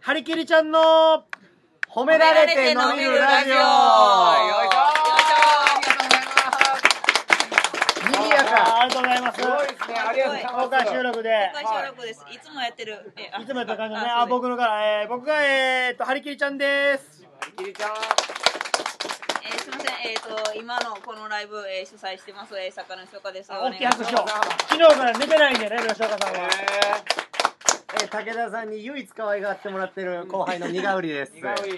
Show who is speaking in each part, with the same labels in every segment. Speaker 1: ハリケリちゃんの褒められて伸びるラジオ
Speaker 2: よいしょありがとうござい
Speaker 1: ありがとうございま
Speaker 2: ます賑やか
Speaker 1: す
Speaker 2: すごいですねありがとうございます
Speaker 1: 公開収録で
Speaker 3: 公開収録です。いつもやってる。え
Speaker 1: いつもやった感じのね
Speaker 3: あ
Speaker 1: あ僕のから、えー、僕がえー、っとハリケリちゃんです
Speaker 2: キリちゃん
Speaker 3: えーすみません。えっ、と今のこのライブ、えー主催してます。えー、作家の吉岡です。
Speaker 1: 大きい拍手
Speaker 2: お
Speaker 1: を
Speaker 2: 願いします
Speaker 1: 昨日から寝てないんだよね吉岡さんは、
Speaker 2: え
Speaker 4: えー武田さんに唯一可愛がってもらってる後輩の苦売り です。
Speaker 2: ー、苦い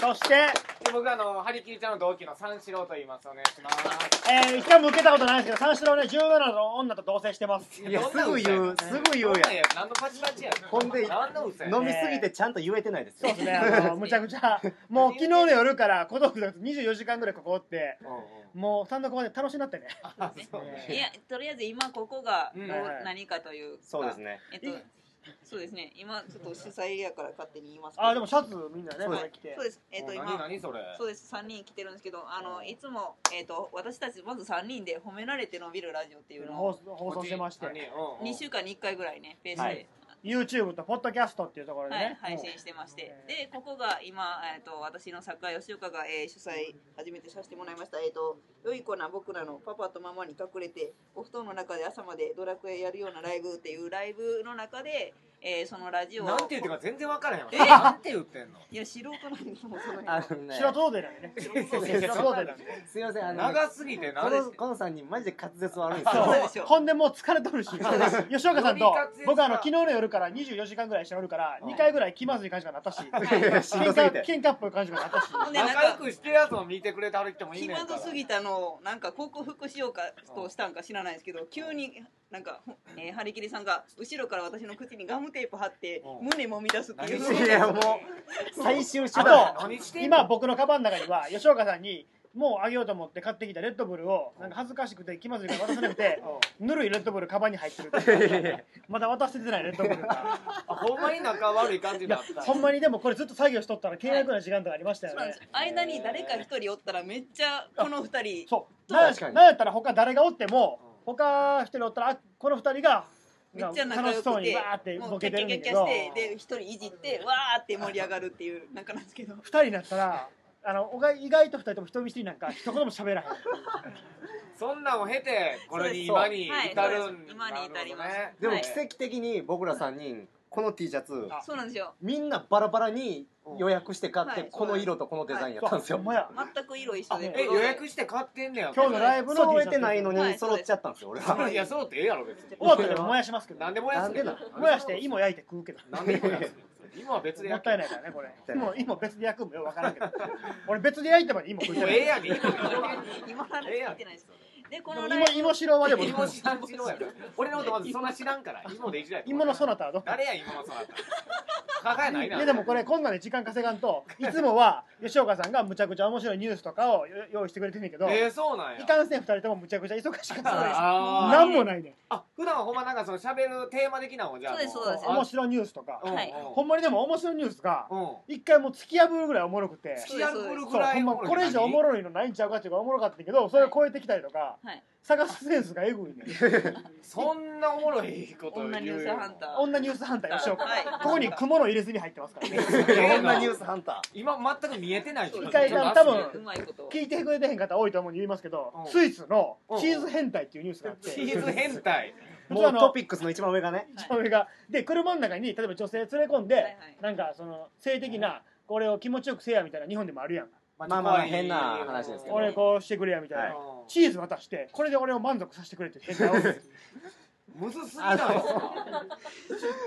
Speaker 1: そして
Speaker 2: で僕あのハリキリちゃんの同期の三四郎と言いますお願いします
Speaker 1: えー、一回も受けたことないんですけど三四郎ね17の女と同棲してます
Speaker 4: いや、すぐ言う、すぐ言う
Speaker 2: どんな
Speaker 4: や
Speaker 2: や何のパチパチや
Speaker 4: ほんで
Speaker 2: 何の嘘や
Speaker 4: ん。飲みすぎてちゃんと言えてないです
Speaker 1: そう
Speaker 4: よ。
Speaker 1: ですね、あのむちゃくちゃ、もう昨日の夜から小道具だと24時間ぐらいここおって、
Speaker 2: うんうん
Speaker 1: もう単独まで楽しになってね、
Speaker 2: あそう
Speaker 3: いやとりあえず今ここがどう
Speaker 2: うんはい
Speaker 1: はい
Speaker 3: 何かというか。
Speaker 4: そうです。ね。
Speaker 3: えっとそうですね。今ちょっと主催やから勝手に言いますけど。
Speaker 1: あでもシャツみんなね、
Speaker 4: そう
Speaker 1: こ
Speaker 3: は
Speaker 4: です
Speaker 1: れ
Speaker 3: い
Speaker 1: 着て
Speaker 3: そう、です。えっ、と
Speaker 2: お
Speaker 3: 今
Speaker 2: 何。何それ
Speaker 3: そうです3人来てるんですけどあのいつも、えっと私たちまず3人で「褒められて伸びるラジオ」っていうの
Speaker 1: 放
Speaker 3: を
Speaker 1: 送放送してまして、
Speaker 3: 2週間に1回ぐらいねペースで、
Speaker 4: は
Speaker 3: はいい
Speaker 1: YouTube とポッドキャストっていうところでね、
Speaker 3: 配信してまして
Speaker 1: うん
Speaker 3: でここが今、えっと私の作家吉岡が、えー主催初めてさせてもらいました「えっと良い子な僕らのパパとママに隠れてお布団の中で朝までドラクエやるようなライブ」っていうライブの中で、えーそのラジオを
Speaker 2: なんて言ってるか全然分からへんわ
Speaker 3: え
Speaker 2: なんて言ってんの
Speaker 3: いや素人なんでもうその辺
Speaker 4: あ
Speaker 3: は
Speaker 4: のね、
Speaker 1: 白頭でなんでね、
Speaker 2: そう
Speaker 4: そう
Speaker 1: 白頭でなんで。
Speaker 4: すいません、あの、
Speaker 2: 長すぎて
Speaker 4: こ
Speaker 2: 何です
Speaker 4: の、このさんにマジで滑舌悪いんです
Speaker 1: そ
Speaker 3: そう
Speaker 4: よ。
Speaker 3: でし
Speaker 1: う
Speaker 3: ょ
Speaker 1: ほんでもう疲れとるし吉岡さんと
Speaker 2: 飲み活躍
Speaker 1: 僕あの昨日の夜から24時間ぐらいしておるから
Speaker 2: うん
Speaker 1: 2回ぐらい気まずい感じがなったし
Speaker 3: い
Speaker 4: いやしんど
Speaker 1: 喧
Speaker 4: すぎ
Speaker 1: 嘩
Speaker 4: て。
Speaker 1: 喧嘩っぽい感じがなったし
Speaker 3: ほんでなん
Speaker 2: 仲良
Speaker 3: か
Speaker 2: くしてるやつを見てくれて歩いてもいい
Speaker 3: 気
Speaker 2: ねん
Speaker 3: ま
Speaker 2: から
Speaker 3: ずすぎたのをなんか克服しようかとしたんか知らないですけど急になんか、ほえー、張り切りさんが後ろから私の口にガムテープ貼って
Speaker 2: うん
Speaker 3: 胸もみ出すっていう
Speaker 2: 何してんの
Speaker 4: いや、もう、最終手
Speaker 1: あ
Speaker 4: 段。
Speaker 1: と
Speaker 2: 何してんの
Speaker 1: 今僕のカバンの中には吉岡さんにもうあげようと思って買ってきたレッドブルをなんか恥ずかしくて気まずいから渡せなくて
Speaker 2: うん
Speaker 1: ぬるいレッドブルカバンに入ってるっていうまだ渡せてないレッドブルが
Speaker 2: あほんまに仲悪い感じ
Speaker 1: い
Speaker 2: にな
Speaker 1: や
Speaker 2: った
Speaker 1: ほんまにでもこれずっと作業しとったら契約な時間とかありました
Speaker 3: そう
Speaker 1: よ
Speaker 3: なん
Speaker 1: ね
Speaker 3: ですよ間に誰か一人おったらめっちゃこの二人
Speaker 1: そうな
Speaker 4: 確かに
Speaker 1: なんやったら他誰がおっても他一人おったらあこの二人が
Speaker 3: めっちゃ仲
Speaker 1: 楽
Speaker 3: 良
Speaker 1: し
Speaker 3: く
Speaker 1: そうに
Speaker 3: て
Speaker 1: わーって
Speaker 3: も
Speaker 1: ボ
Speaker 3: うキ
Speaker 1: ケ
Speaker 3: ャッ
Speaker 1: てる
Speaker 3: キャ
Speaker 1: ん
Speaker 3: キ
Speaker 1: だ
Speaker 3: ャッキ
Speaker 1: け
Speaker 3: ャ
Speaker 1: ど
Speaker 3: してで一人いじってわーって盛り上がるっていうなんかなんですけど
Speaker 1: 二人になったらあのおが意外と二人とも人見知りなんか一言も喋らへん
Speaker 2: そんなんを経てこれに今に
Speaker 3: はい
Speaker 2: 至るん
Speaker 3: そうです今に至ります
Speaker 2: なる
Speaker 4: でも
Speaker 3: はい
Speaker 4: 奇跡的に僕ら3人、この T シャツ、
Speaker 1: あ
Speaker 3: そうなんですよ
Speaker 4: みんなバラバラに予約して買っ
Speaker 3: は
Speaker 4: て、
Speaker 3: い
Speaker 4: この色とこのデザインやったんですよ。
Speaker 1: ほまや
Speaker 3: 全く色一緒
Speaker 1: あ
Speaker 3: で
Speaker 2: ほどねえ予約して買ってんねや
Speaker 1: 今日のライブの T シャツ
Speaker 4: 揃えてないの
Speaker 3: は
Speaker 4: に
Speaker 3: い
Speaker 4: 揃っちゃったんですよ、俺は。
Speaker 2: いやそうってええやろ別に
Speaker 1: 終わったら燃やしますけど
Speaker 2: なんでもやすねん
Speaker 4: なんで
Speaker 1: もやして芋焼いて食うけど
Speaker 2: なんでもやすねん今は別 で
Speaker 1: も
Speaker 2: や
Speaker 1: っ
Speaker 2: って
Speaker 1: たいないからねこれ
Speaker 4: たいない
Speaker 1: 芋芋別で焼くんもよ分からんけど俺別で焼いてまで芋食い
Speaker 2: も
Speaker 1: た
Speaker 2: う
Speaker 1: い
Speaker 2: ええやん今
Speaker 3: 今まで
Speaker 2: ええや
Speaker 3: 見
Speaker 2: ん
Speaker 3: てないですでこ
Speaker 1: でも
Speaker 3: のライ
Speaker 1: 芋
Speaker 3: ブ
Speaker 1: 芋白はでも
Speaker 2: 芋知らん知らんやろ俺のことまずそんな知らんから芋でいじられて
Speaker 1: 芋のそなたはどこ
Speaker 2: 誰や芋のそなた考えない
Speaker 1: い
Speaker 2: な
Speaker 1: やでもこれこんなんで時間稼がんといつもは吉岡さんがむちゃくちゃ面白いニュースとかをよ用意してくれてんねんけど、
Speaker 2: えーそうなんや
Speaker 1: いかんせん2人ともむちゃくちゃ忙しかったから
Speaker 2: あー
Speaker 1: なんもないねん
Speaker 2: あ普段はほんまなんかその喋るテーマ的なのじゃ
Speaker 3: そ
Speaker 2: あ
Speaker 3: うです
Speaker 2: も
Speaker 3: そうです
Speaker 1: 面白いニュースとか
Speaker 2: うん
Speaker 3: はい
Speaker 1: ほんまにでも面白いニュースが
Speaker 2: うん
Speaker 1: 一回もう突き破るぐらいおもろくて
Speaker 3: そ
Speaker 2: 突き破る
Speaker 1: そう
Speaker 2: ぐら
Speaker 1: ほ
Speaker 2: い
Speaker 1: んまこれ以上おもろいのないんちゃうかっていうかおもろかったけどそれを超えてきたりとか、
Speaker 3: はい
Speaker 1: 探すセンスがえぐ いねん
Speaker 2: そんなおもろいこと
Speaker 3: 女ニュースハンター
Speaker 1: 女ニュース反対吉岡、
Speaker 3: はい
Speaker 1: ここに雲の入れ墨入ってますからね
Speaker 2: すげえ
Speaker 4: こんな
Speaker 2: な
Speaker 4: ニュースハンタ
Speaker 2: 今全く見えてない
Speaker 1: 一
Speaker 3: 回
Speaker 1: な
Speaker 2: ちょっと
Speaker 1: 多分
Speaker 3: うまいこと
Speaker 1: 聞いてくれてへん方多いと思うんで言いますけど、
Speaker 2: うん
Speaker 1: スイスの
Speaker 2: うん
Speaker 1: チーズ変態っていうニュースがあって、
Speaker 2: チーズ変態
Speaker 4: ー。もうトピックスの一番上がね。
Speaker 1: それがで車の中に例えば女性連れ込んで、
Speaker 3: はいはい
Speaker 1: なんかその性的なこれを気持ちよくせえやみたいな日本でもあるやん
Speaker 2: ま
Speaker 4: あまあ変な話ですけど
Speaker 1: 俺こうしてくれやみたいな、
Speaker 4: はい
Speaker 1: チーズ渡してこれで俺を満足させてくれって変態を
Speaker 2: むずすぎないですか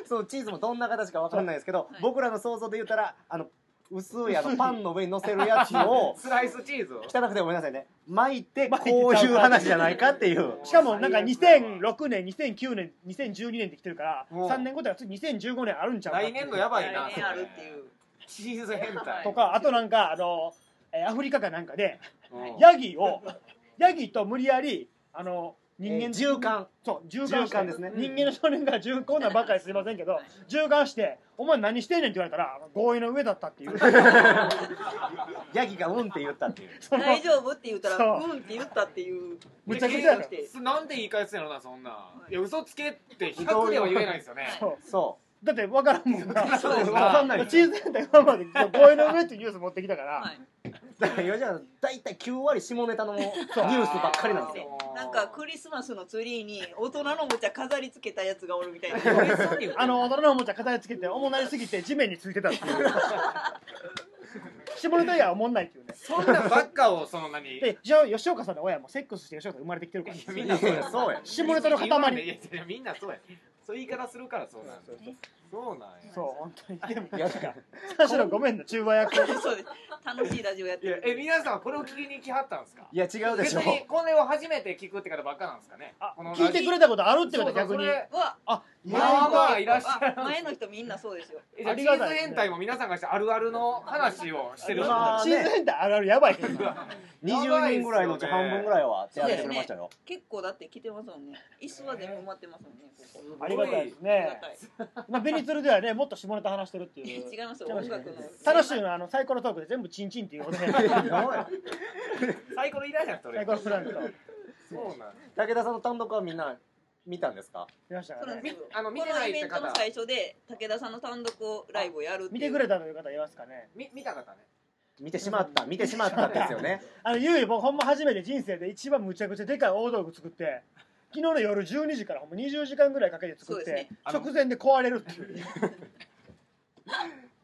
Speaker 4: そのチーズもどんな形かわかんないですけど
Speaker 3: はい、
Speaker 4: 僕らの想像で言ったら、あの、薄いあのパンの上に乗せるやつ を、
Speaker 2: スライスチーズ
Speaker 4: 汚くてごめんなさいね、巻いて、
Speaker 1: 巻いて
Speaker 4: こういう話じゃないかっていう。
Speaker 1: しかもなんか
Speaker 2: 最悪や
Speaker 1: 2006年2009年2012年って来てるから
Speaker 2: うん
Speaker 1: 3年後では次2015年あるんちゃうかってい
Speaker 2: 来
Speaker 1: う
Speaker 2: 年度やばいな
Speaker 3: 来年あるっていう
Speaker 2: チーズ変態
Speaker 1: とかあとなんかあの、えーアフリカかなんかで
Speaker 2: うん
Speaker 1: ヤギをヤギと無理やりあの人間、
Speaker 4: えー循環
Speaker 1: そう循環して
Speaker 4: 循環ですね
Speaker 1: 人間の少年が循環なんばっかりすいませんけど循環して「お前何してんねん」って言われたら合意の上だったっていう
Speaker 4: ヤギがうんって言ったっていう。
Speaker 1: その
Speaker 3: 大丈夫って言ったら
Speaker 1: そう
Speaker 3: うんって言ったっていう
Speaker 1: むちゃくちゃやろ
Speaker 3: して
Speaker 2: すなんで言い返すんやろなそんなんいや嘘つけって100では言えないですよね
Speaker 1: そう
Speaker 4: そ
Speaker 1: だって分からんもんな
Speaker 3: そうです
Speaker 4: わかんない
Speaker 1: チーズセンター今まで公園の上っていうニュース持ってきたから、
Speaker 3: はい
Speaker 4: だから吉田さん大体9割下ネタのニュースばっかりなんですよ
Speaker 3: なんか クリスマスのツリーに大人のおもちゃ飾り付けたやつがおるみ たいな。
Speaker 1: あの大人のおもちゃ片りつけて重なりすぎて地面についてたっていう下ネタ以外はおもんないっていうね
Speaker 2: そんなばっかをそ の何
Speaker 1: でじゃあ吉岡さんの親もセックスして吉岡さん生まれてきてるから
Speaker 2: いやみんなそうや
Speaker 4: そうや
Speaker 1: 下ネタの塊
Speaker 2: いやいやみんなそうやそういう言い方するからそうなんだそうなんや
Speaker 1: そう本当にでも
Speaker 4: いやだから
Speaker 1: 三四郎ごめんな中和役
Speaker 3: そうです。楽しいラジオやって
Speaker 2: いや
Speaker 3: る。
Speaker 2: え皆さんこれを聞きに来はったんですか
Speaker 4: いや違うで
Speaker 2: 別
Speaker 4: しょ
Speaker 2: にこれを初めて聞くって方ばっかなんですかね
Speaker 1: あ
Speaker 2: この
Speaker 1: 聞いてくれたことあるってこと逆に
Speaker 3: は
Speaker 1: あ
Speaker 2: まあまあいらっしゃる
Speaker 3: あ前の人みんなそうですよ。
Speaker 2: えじゃあ
Speaker 1: あ
Speaker 2: チ
Speaker 1: りが
Speaker 2: ー
Speaker 1: たい
Speaker 2: ズ
Speaker 1: ですね
Speaker 2: 変態も皆さんがしてあるあるの話をしてる
Speaker 4: まあ
Speaker 1: チーズセンターあるあるやばいけどな
Speaker 4: 20人ぐらいのうち半分ぐらいは手挙げてくれましたよ
Speaker 3: 結構だって来てますもんね。椅子は全部埋まってますもんね。ここ
Speaker 1: ありがたいですねまあベニツルではねもっと下ネタ話してるってい
Speaker 3: 違いうますよ。音楽の。
Speaker 1: 楽しいのはあのサイコロトークで全部チンチンっていうことで
Speaker 2: サイコロいらんやんそ
Speaker 1: サイ
Speaker 2: れ
Speaker 1: コロプランクと
Speaker 2: そうなん
Speaker 4: 武田さんの単独はみんな見たんですか
Speaker 1: 見ました
Speaker 3: そう
Speaker 1: か
Speaker 3: な
Speaker 1: ら
Speaker 3: ん
Speaker 1: ね
Speaker 3: ですよ
Speaker 2: みあの見
Speaker 3: こ
Speaker 2: て
Speaker 3: の
Speaker 2: ない
Speaker 3: イ
Speaker 2: っ
Speaker 3: ベ
Speaker 2: て
Speaker 3: ントの
Speaker 2: 方
Speaker 3: 最初で武田さんの単独をライブをやるっていう
Speaker 1: 見てくれたという方いますかね
Speaker 2: み見た方ね
Speaker 4: 見てしまった見てしまったんです よね
Speaker 1: あのゆうゆう僕ほんま初めて人生で一番むちゃくちゃでかい大道具作って昨日の夜12時からほんま20時間ぐらいかけて作っ
Speaker 3: そうです
Speaker 1: て
Speaker 3: ね、
Speaker 2: あの
Speaker 1: 直前で壊れるっていう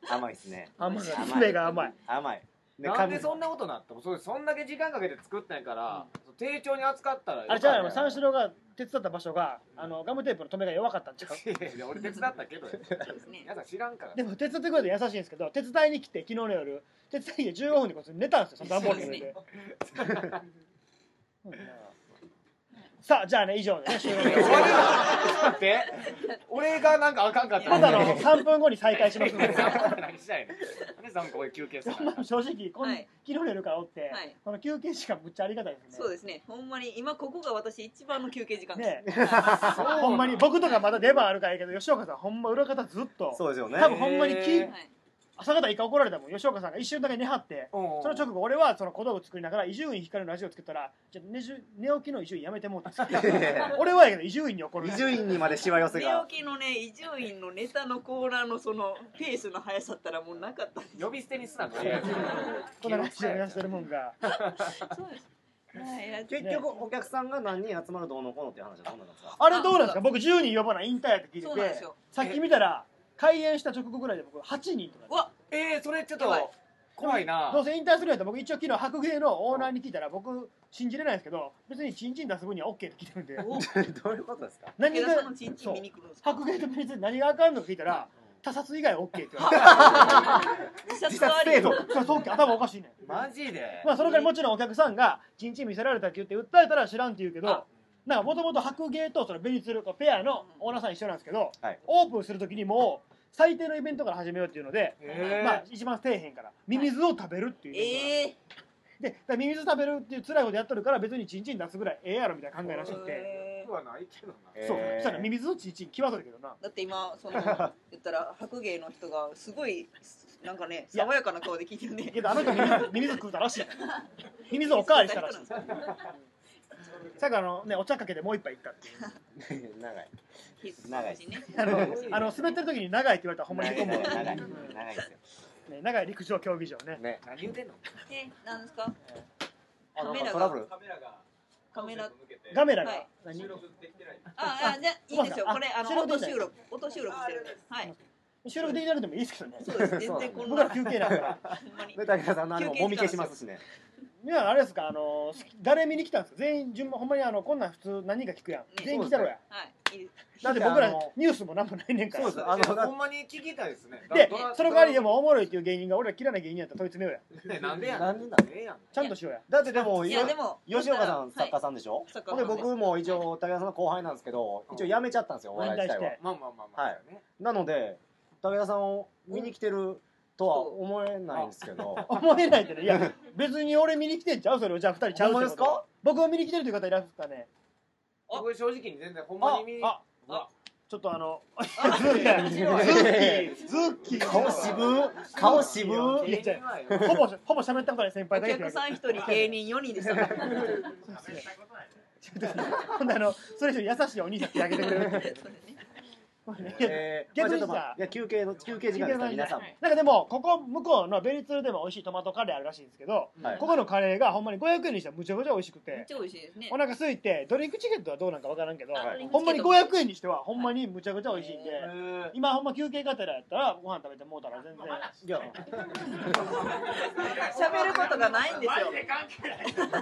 Speaker 4: 甘いですね
Speaker 1: 甘い
Speaker 4: 甘い
Speaker 1: 爪が甘い
Speaker 4: 甘い
Speaker 2: なんで
Speaker 4: 噛
Speaker 2: そんなことなったのそれそんだけ時間かけて作ったんやから、丁重に扱ったらよか
Speaker 1: あれ
Speaker 2: っ
Speaker 1: じ
Speaker 2: た
Speaker 1: ゃ
Speaker 2: や
Speaker 1: あ
Speaker 2: ん
Speaker 1: 三四郎が手伝った場郎があのガムテープの留めが弱かったんちゃう
Speaker 2: いやいや俺手伝ったけどや
Speaker 3: そうですね
Speaker 2: 皆さん知らんから
Speaker 1: でも手伝ってくれて優しいんですけど手伝いに来て昨日の夜手伝いで15分でこいつ寝たんですよその段ボールの上で。うん さあじゃあね以上でね終了
Speaker 2: 終わるなちょっと待って俺がなんかあかんかった
Speaker 1: またの3分後に再開し ますので
Speaker 2: 何したいねんなんで3個で休憩するの
Speaker 1: 正直こん、
Speaker 3: はい
Speaker 1: 昨日の夜からおって、
Speaker 3: はい
Speaker 1: この休憩時間むっちゃありがたいですね
Speaker 3: そうですね。ほんまに今ここが私一番の休憩時間
Speaker 1: ね
Speaker 3: です。は
Speaker 1: ほんまに僕とかまだ出番あるからいいけど吉岡さんほんま裏方ずっと
Speaker 4: そうですよね
Speaker 1: 多分ほんまにき、
Speaker 2: へ
Speaker 3: い
Speaker 2: ー
Speaker 3: はい
Speaker 1: 朝方一回怒られたもん吉岡さんが一瞬だけ寝張って
Speaker 2: うん
Speaker 1: その直後俺はその小道具作りながら伊集院光のラジオ作ったら「じゃあ寝じゅ寝起きの伊集院やめてもう」って俺はやけど伊集院に怒る
Speaker 4: 伊集院にまでしわ寄せ
Speaker 3: 寝
Speaker 4: が
Speaker 3: 起きのね伊集院のネタのコーナーのそのペースの速さったらもうなかった
Speaker 2: 呼び捨てにすなの
Speaker 1: こんなラジオ目指してるもんが
Speaker 3: そうですはいや
Speaker 4: 結局お客さんが何人集まるどうのこうのっていう話はどうなんですか
Speaker 1: あれどうなんですか僕10人呼ばない引退やって聞い
Speaker 3: そうなんで
Speaker 1: て
Speaker 3: す
Speaker 1: て
Speaker 3: よ
Speaker 1: さっき見たら開演した直後ぐらいで僕8人とか
Speaker 3: うわ
Speaker 2: えー、それちょっ
Speaker 3: やばい
Speaker 2: と怖いな
Speaker 1: どうせ引退するんやったら僕一応昨日白芸のオーナーに聞いたら僕信じれないんですけど別にチンチン出す分には OK って聞いてるんで
Speaker 3: お
Speaker 4: どういうことですか
Speaker 1: 何
Speaker 3: 池田さん
Speaker 1: が
Speaker 3: のチンチン見に来るんですか
Speaker 1: 白芸と別に何があかんのか聞いたら他殺以外は OK って言われて
Speaker 3: 自
Speaker 4: 自
Speaker 3: 殺はあ
Speaker 4: 殺
Speaker 3: り
Speaker 4: 制度
Speaker 1: そうそう頭おかしいねん
Speaker 2: マジで
Speaker 1: まあその代わりもちろんお客さんがチンチン見せられたって言って訴えたら知らんって言うけ
Speaker 3: あ
Speaker 1: どなんかもともと白芸とそのベニツルペアのオーナーさん一緒なんですけど、
Speaker 4: はい
Speaker 1: オープンする時にもう最低のイベントから始めようっていうので、
Speaker 2: えー
Speaker 1: まあ一番底辺からミミズを食べるっていう、
Speaker 3: ええ
Speaker 1: でだからミミズ食べるっていう辛いことやっとるから別にチンチン出すぐらいええやろみたいな考えらしくて、
Speaker 3: え
Speaker 2: 僕はないけどな
Speaker 1: そう
Speaker 4: えー
Speaker 1: そしたらミミズのチンチン際どいけどな
Speaker 3: ーだって今その言ったら白芸の人がすごいなんかね爽やかな顔で聞いてるね
Speaker 1: けどあの人ミミズミミズ食うたらしいミミズおかわりしたらしい最後あのねお茶かけてもう一杯いったっていう
Speaker 4: 長い
Speaker 3: 長いしね
Speaker 1: あのあの滑ってる時に長いって言われたらほんまに
Speaker 4: 長い
Speaker 1: へこむ
Speaker 4: 長い
Speaker 1: わ、
Speaker 4: 長い長いですよ
Speaker 1: ね、長い陸上競技場ね
Speaker 4: ね
Speaker 2: 何言うてんの
Speaker 3: えなんですか
Speaker 4: あ
Speaker 3: カ
Speaker 4: なん
Speaker 3: メ
Speaker 4: か
Speaker 3: ラ
Speaker 4: トラ
Speaker 3: が
Speaker 4: ブル
Speaker 5: カメラが
Speaker 3: カメラ
Speaker 1: ガメラが、
Speaker 3: はい
Speaker 1: 何
Speaker 5: 収録できてない。
Speaker 3: ああじゃあいいですよ
Speaker 1: あ
Speaker 3: これあの
Speaker 1: 収録で
Speaker 3: 音
Speaker 1: きない
Speaker 3: 収録音収録してるんではい
Speaker 1: 収録できなくてもいいですけどね
Speaker 3: そうです全然こん
Speaker 1: 僕ら
Speaker 3: なほ
Speaker 1: 休憩だから
Speaker 3: んまに
Speaker 4: で武田さんのあれも
Speaker 3: 休憩時間
Speaker 4: もみ消しますしね
Speaker 1: 皆さんあれですかあの誰見に来たんですか全員順番ほんまにあのこんなん普通何人か聞くやん全員来たろや
Speaker 3: はいいいです
Speaker 1: だって僕
Speaker 4: あ
Speaker 1: ら
Speaker 4: の
Speaker 1: ニュースも何もないねんから
Speaker 4: そうです
Speaker 2: あ
Speaker 4: あ
Speaker 2: の
Speaker 4: の
Speaker 2: ほんまに聞きたいですね
Speaker 1: で
Speaker 2: ドラ
Speaker 1: その代わりでもおもろいっていう芸人が俺ら嫌いな芸人やったら問い詰めようや
Speaker 2: ねなんでや
Speaker 4: なんんでな
Speaker 2: ええやん
Speaker 1: ちゃんとしようや
Speaker 4: だってでも
Speaker 3: いやでも
Speaker 4: 吉岡さん
Speaker 3: は
Speaker 4: 作
Speaker 3: い
Speaker 4: 家さんでしょ
Speaker 3: 作家さん
Speaker 4: で
Speaker 3: です
Speaker 4: 僕も一応武田さんの後輩なんですけど一応辞めちゃったんですよお笑い自体は
Speaker 1: 引退して
Speaker 2: まあまあまあまあ、
Speaker 4: はいなので武田さんを見に来てるとは思えないんですけど
Speaker 1: 思えないけどいや別に俺見に来てんちゃうそれをじゃあ2人ちゃうってこと
Speaker 4: ほんまですか
Speaker 1: 僕を見に来てるという方いらっしゃるんですかね
Speaker 2: 僕正直に全然ほんま
Speaker 1: あ
Speaker 2: に見に
Speaker 1: あ
Speaker 2: うわ
Speaker 1: ちょっとあの
Speaker 3: あ
Speaker 1: ズッキーズッキーズッキー
Speaker 4: 顔渋顔渋
Speaker 1: いや
Speaker 2: 芸人はよ
Speaker 1: ほぼほぼ喋ったことない先輩
Speaker 3: お
Speaker 1: だけど
Speaker 3: 客さん一人芸人4人でしたから
Speaker 1: ほんであのそれ以上に優しいお兄さんってあげてくれるっていう
Speaker 3: そうですね
Speaker 4: えー、まあちょっとまあいや休憩の休憩時間ですから皆さんも
Speaker 1: なんかでもここ向こうのベリツルでも美味しいトマトカレーあるらしいんですけど
Speaker 4: はい
Speaker 1: ここのカレーがほんまに500円にしてはむちゃくちゃ美味しく
Speaker 3: めってちゃ美味しいですね
Speaker 1: お。腹空いてドリンクチケットはどうなんかわからんけど
Speaker 4: はい
Speaker 1: ほんまに500円にしてはほん
Speaker 3: んま
Speaker 1: まにむちゃくちゃ美味しいんで
Speaker 2: え
Speaker 1: 今ほんま休憩がてらやったらご飯食べてもうたら全然
Speaker 4: いや
Speaker 3: 喋ることがないんですよ。
Speaker 1: ちょっとあ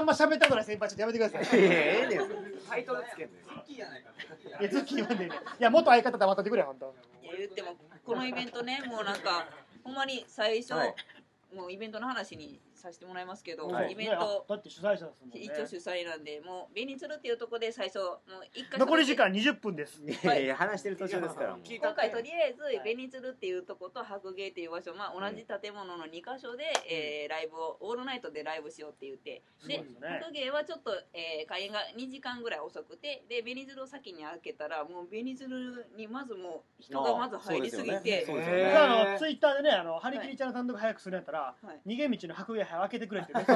Speaker 1: んま喋ったくない先輩ちょっとやめてください
Speaker 4: いやええねん それ
Speaker 2: ー、タイトルつけんね
Speaker 1: いやズッキー言わんでいいねいや元相方黙っとってくれ本当
Speaker 3: いや言ってもこのイベントねもうなんかほんまに最初、
Speaker 4: はい
Speaker 3: もうイベントの話にさせてもらいますけど、
Speaker 4: はい
Speaker 3: イベント
Speaker 1: だって主催者ですもん
Speaker 3: 一応主
Speaker 1: ね
Speaker 3: 催なんでもうベニツルっていうところで最初もう一回
Speaker 1: 残り時間20分です
Speaker 4: いやいや話してる途中ですからもう
Speaker 2: 聞いた
Speaker 3: 今
Speaker 2: って
Speaker 3: 回とりあえず
Speaker 1: い
Speaker 3: ベニツルっていうとこと白芸っていう場所、まあ、同じ建物の2箇所で、えーライブをオールナイトでライブしようって言って
Speaker 1: すごい
Speaker 3: で
Speaker 1: ですね
Speaker 3: 白芸はちょっと、えー開演が2時間ぐらい遅くてでベニツルを先に開けたらもうベニツルにまずもう人がまず入りすぎ
Speaker 4: ああそうですよ
Speaker 3: て
Speaker 4: ねそうですよ
Speaker 2: へ
Speaker 4: ね
Speaker 2: ー
Speaker 1: あのツイッターでねあのハリキリちゃんの単独早くするんやったら、
Speaker 3: はい
Speaker 1: 逃げ道の白芸杯開けてくれって言って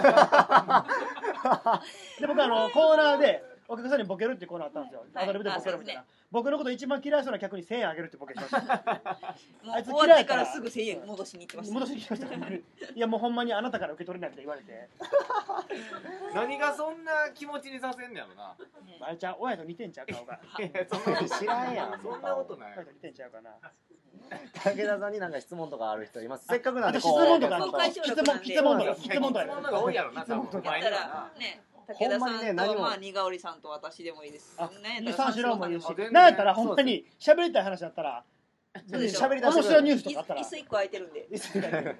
Speaker 1: で僕あのコーナーでお客さんにボケるっていうコーナーあったんですよ、
Speaker 3: はい
Speaker 1: アドリブでボケるみたいな、
Speaker 3: あ
Speaker 1: 僕のこと一番嫌いそうな客に1000円あげるってボケしました
Speaker 3: も
Speaker 1: あ
Speaker 3: う
Speaker 1: いつ
Speaker 3: 終
Speaker 1: 嫌
Speaker 3: わっ
Speaker 1: い
Speaker 3: て
Speaker 1: か
Speaker 3: かららすぐ1000円戻しに行きました
Speaker 1: 戻してきましたいやもうほんまにあなたから受け取れないって言われて
Speaker 2: 何がそんな気持ちにさせんねやろな
Speaker 3: ね
Speaker 1: あれちゃう親と似てんちゃう顔が
Speaker 2: いやそんな
Speaker 4: 知らんやん
Speaker 2: そんなことない
Speaker 1: 親と似てんちゃうかな
Speaker 4: 武田さんになんか質問とかある人いますせっかくなんで
Speaker 1: あと質問とか
Speaker 4: こう
Speaker 3: 公開
Speaker 1: 質
Speaker 3: 収
Speaker 1: 問
Speaker 3: 録
Speaker 1: 質
Speaker 3: なん
Speaker 1: 問
Speaker 3: で
Speaker 1: 質問とか質問と
Speaker 2: 質問の
Speaker 1: か
Speaker 2: が多いやろな多分
Speaker 3: やったら
Speaker 2: な
Speaker 3: ね、武田
Speaker 4: ほんまにね
Speaker 3: さん
Speaker 4: 何
Speaker 3: と、
Speaker 4: も
Speaker 3: まあ、にがおりさんと私でもいいです。
Speaker 1: あ
Speaker 3: ね
Speaker 1: 二三種類もいるし
Speaker 2: あ全然
Speaker 1: なんやったらほんまに喋りたい話だったら
Speaker 3: そうでしょ
Speaker 4: 喋り出して
Speaker 1: 面
Speaker 4: く
Speaker 1: 白い
Speaker 4: れ
Speaker 1: ニュースとかあったら
Speaker 3: 椅子一個空いてるんで。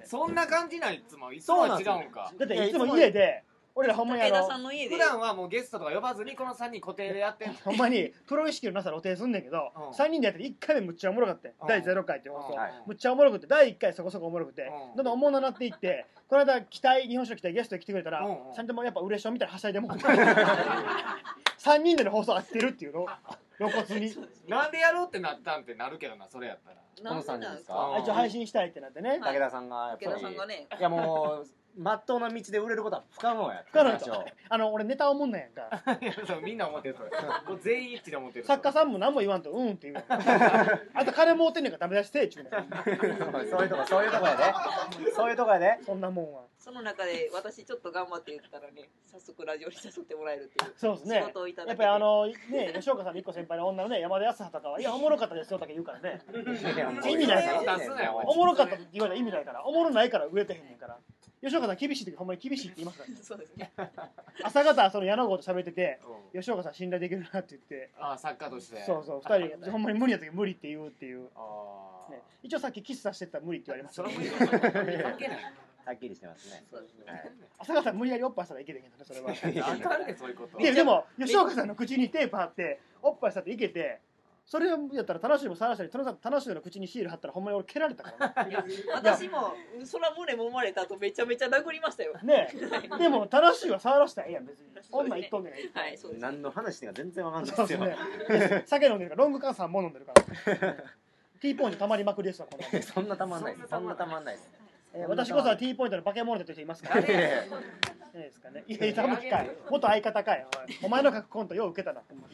Speaker 2: そんな感じないいつもいつもは違うんか
Speaker 1: だっていつも家で俺らほんま
Speaker 3: 武
Speaker 1: にあ
Speaker 3: 田
Speaker 1: の
Speaker 3: さんの家で
Speaker 2: 普。段はもうゲストとか呼ばずにこの3人固定でやってんの
Speaker 1: ほんまにプロ意識のなさ露呈すんねんけど、
Speaker 2: うん
Speaker 1: 3人でやってて1回目むっちゃおもろかったよ
Speaker 2: うん
Speaker 1: 第0回って放送、
Speaker 2: うん
Speaker 4: はい
Speaker 1: むっちゃおもろくて第1回そこそこおもろくて、
Speaker 2: うん
Speaker 1: どんどんおもろなっていってこの間期待日本酒の期待ゲストに来てくれたら、
Speaker 2: う
Speaker 1: 三
Speaker 2: んうん
Speaker 1: 3人ともやっぱ嬉しそうみたいなはしゃいでもう3人での放送合ってるっていうの露骨に
Speaker 2: なんでやろうってなったんってなるけどなそれやったら
Speaker 3: なんで
Speaker 4: この三
Speaker 3: な
Speaker 4: 人
Speaker 3: んで
Speaker 4: で
Speaker 3: すす
Speaker 4: か
Speaker 3: か。
Speaker 1: あ一応配信したいってなってね、
Speaker 3: はい
Speaker 4: 武田さんがやっ
Speaker 3: 武
Speaker 4: ぱ
Speaker 3: 田さんが
Speaker 4: り
Speaker 3: ね、
Speaker 4: いやもうまっとうな道で売れることは不可能や
Speaker 1: 不可能やと
Speaker 4: 一応
Speaker 1: あの俺ネタ思んないやんか
Speaker 2: いやそうみんな思ってるそれもう全員一致で思ってる
Speaker 1: 作家さんも何も言わんとうんって言うやんあと金もうてんねんからダメ出してえっちゅうねん
Speaker 4: そういうとこそういうとこやでそういうとこやで
Speaker 1: そんなもんは
Speaker 3: その中で私ちょっと頑張って言ったらね、早速ラジオに誘ってもらえるっていう
Speaker 1: そうです
Speaker 3: 仕
Speaker 1: ね
Speaker 3: 事をいただ
Speaker 1: や
Speaker 3: け。
Speaker 1: ってぱりあのね 吉岡さんの一個先輩の女のね山田康畑は「いやおもろかったですよ」だけ言うからね 意味ないから
Speaker 2: 出すなよ
Speaker 1: おもろかったって言われたら意味ないからおもろないから売れてへんねんから吉岡さん厳しい時ほんまに厳しいって言いますからね
Speaker 3: そうですね。
Speaker 1: 朝方その矢野郷と喋ってて
Speaker 2: うん
Speaker 1: 吉岡さん信頼できるなって言って
Speaker 2: あ作家として
Speaker 1: そうそう2人ほんまに無理な時無理って言うっていう、
Speaker 2: あ
Speaker 1: ね一応さっきキスさせてたら無理って言われました
Speaker 2: それ
Speaker 1: ね
Speaker 2: もいい関係ない
Speaker 4: はっきりしてますね
Speaker 3: そうですね
Speaker 1: 朝方無理やりおっぱいしたらいけてへんけどねそれは
Speaker 2: あかんねんそういうこと
Speaker 1: ででも吉岡さんの口にテープ貼っておっぱいしたっていけてそれやったら楽しいも晒したりその楽しいの口にシール貼ったらほんまに俺蹴られたからね
Speaker 3: 私も、そら胸揉まれた後めちゃめちゃ殴りましたよ。
Speaker 1: ね えでも楽しいは晒したらええやん別に女一本ぐらいいい
Speaker 3: はい、そうです。
Speaker 4: 何の話が全然わかんない
Speaker 1: そう
Speaker 4: で
Speaker 1: ですす
Speaker 4: よ
Speaker 1: ね。酒飲んでるから、ロング缶3本飲んでるから。T ポイントたまりまくりですわ、こんなもん
Speaker 4: そんなたまんないですそんなたまんないです
Speaker 1: えー私こそは T ポイントの化け物だという人います から。い
Speaker 4: いやい
Speaker 1: ないですかね。いや、いたぶきかい。元相方かい。おいお前の書くコントよう受けたな。ほんま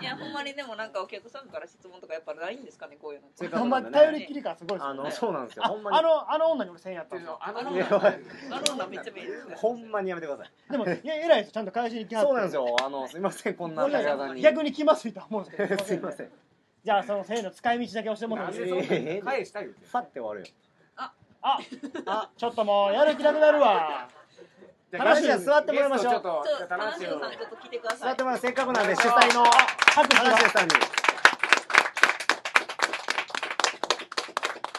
Speaker 3: いや、ほんまにでもなんかお客さんから質問とかやっぱないんですかね、こういうのって。
Speaker 4: せっか
Speaker 1: ほ
Speaker 4: く
Speaker 1: ん
Speaker 4: な
Speaker 1: ま
Speaker 4: んでね
Speaker 1: 頼りっきり感すごいです
Speaker 4: あ
Speaker 1: よ
Speaker 4: の
Speaker 1: ね。
Speaker 4: そうなんですよ
Speaker 1: あ
Speaker 4: ほんま
Speaker 1: あ
Speaker 4: に
Speaker 1: の、あの女に俺1000円やったんですよ。
Speaker 2: あ
Speaker 3: あ
Speaker 2: の
Speaker 3: の
Speaker 2: 女
Speaker 3: あの女めっちゃ目
Speaker 4: ほんまにやめてください
Speaker 1: でも、いや、偉いですよ。ちゃんと返しに来はって。
Speaker 4: そうなんですよあのすいませんこんな武
Speaker 1: ごめん
Speaker 4: 田
Speaker 1: な
Speaker 4: さ
Speaker 1: さ
Speaker 4: ん
Speaker 1: い。
Speaker 4: に
Speaker 1: 逆に気まずいとは思うんですけど。
Speaker 4: すいません
Speaker 1: じゃあ、その1000円の使い道だけ教えてもら
Speaker 2: な
Speaker 1: っ
Speaker 2: ん
Speaker 1: て
Speaker 2: で
Speaker 1: もいいです
Speaker 2: そ
Speaker 1: か
Speaker 2: んな返したいよ
Speaker 4: ファって終わるよ
Speaker 1: あ、あ、ちょっともう、やる気なくなるわ。
Speaker 2: じ
Speaker 1: 楽しいや座ってもらいましょう
Speaker 2: ゲストち
Speaker 3: ち
Speaker 2: ょ
Speaker 3: ょっ
Speaker 2: っと
Speaker 3: と、
Speaker 2: 楽
Speaker 3: 話
Speaker 2: しい
Speaker 3: しさんちょっと来てくだ
Speaker 4: 座
Speaker 3: さ
Speaker 4: っ
Speaker 3: い
Speaker 4: て。もらうせっかくなんで主催の
Speaker 1: 拍手
Speaker 4: 話したんに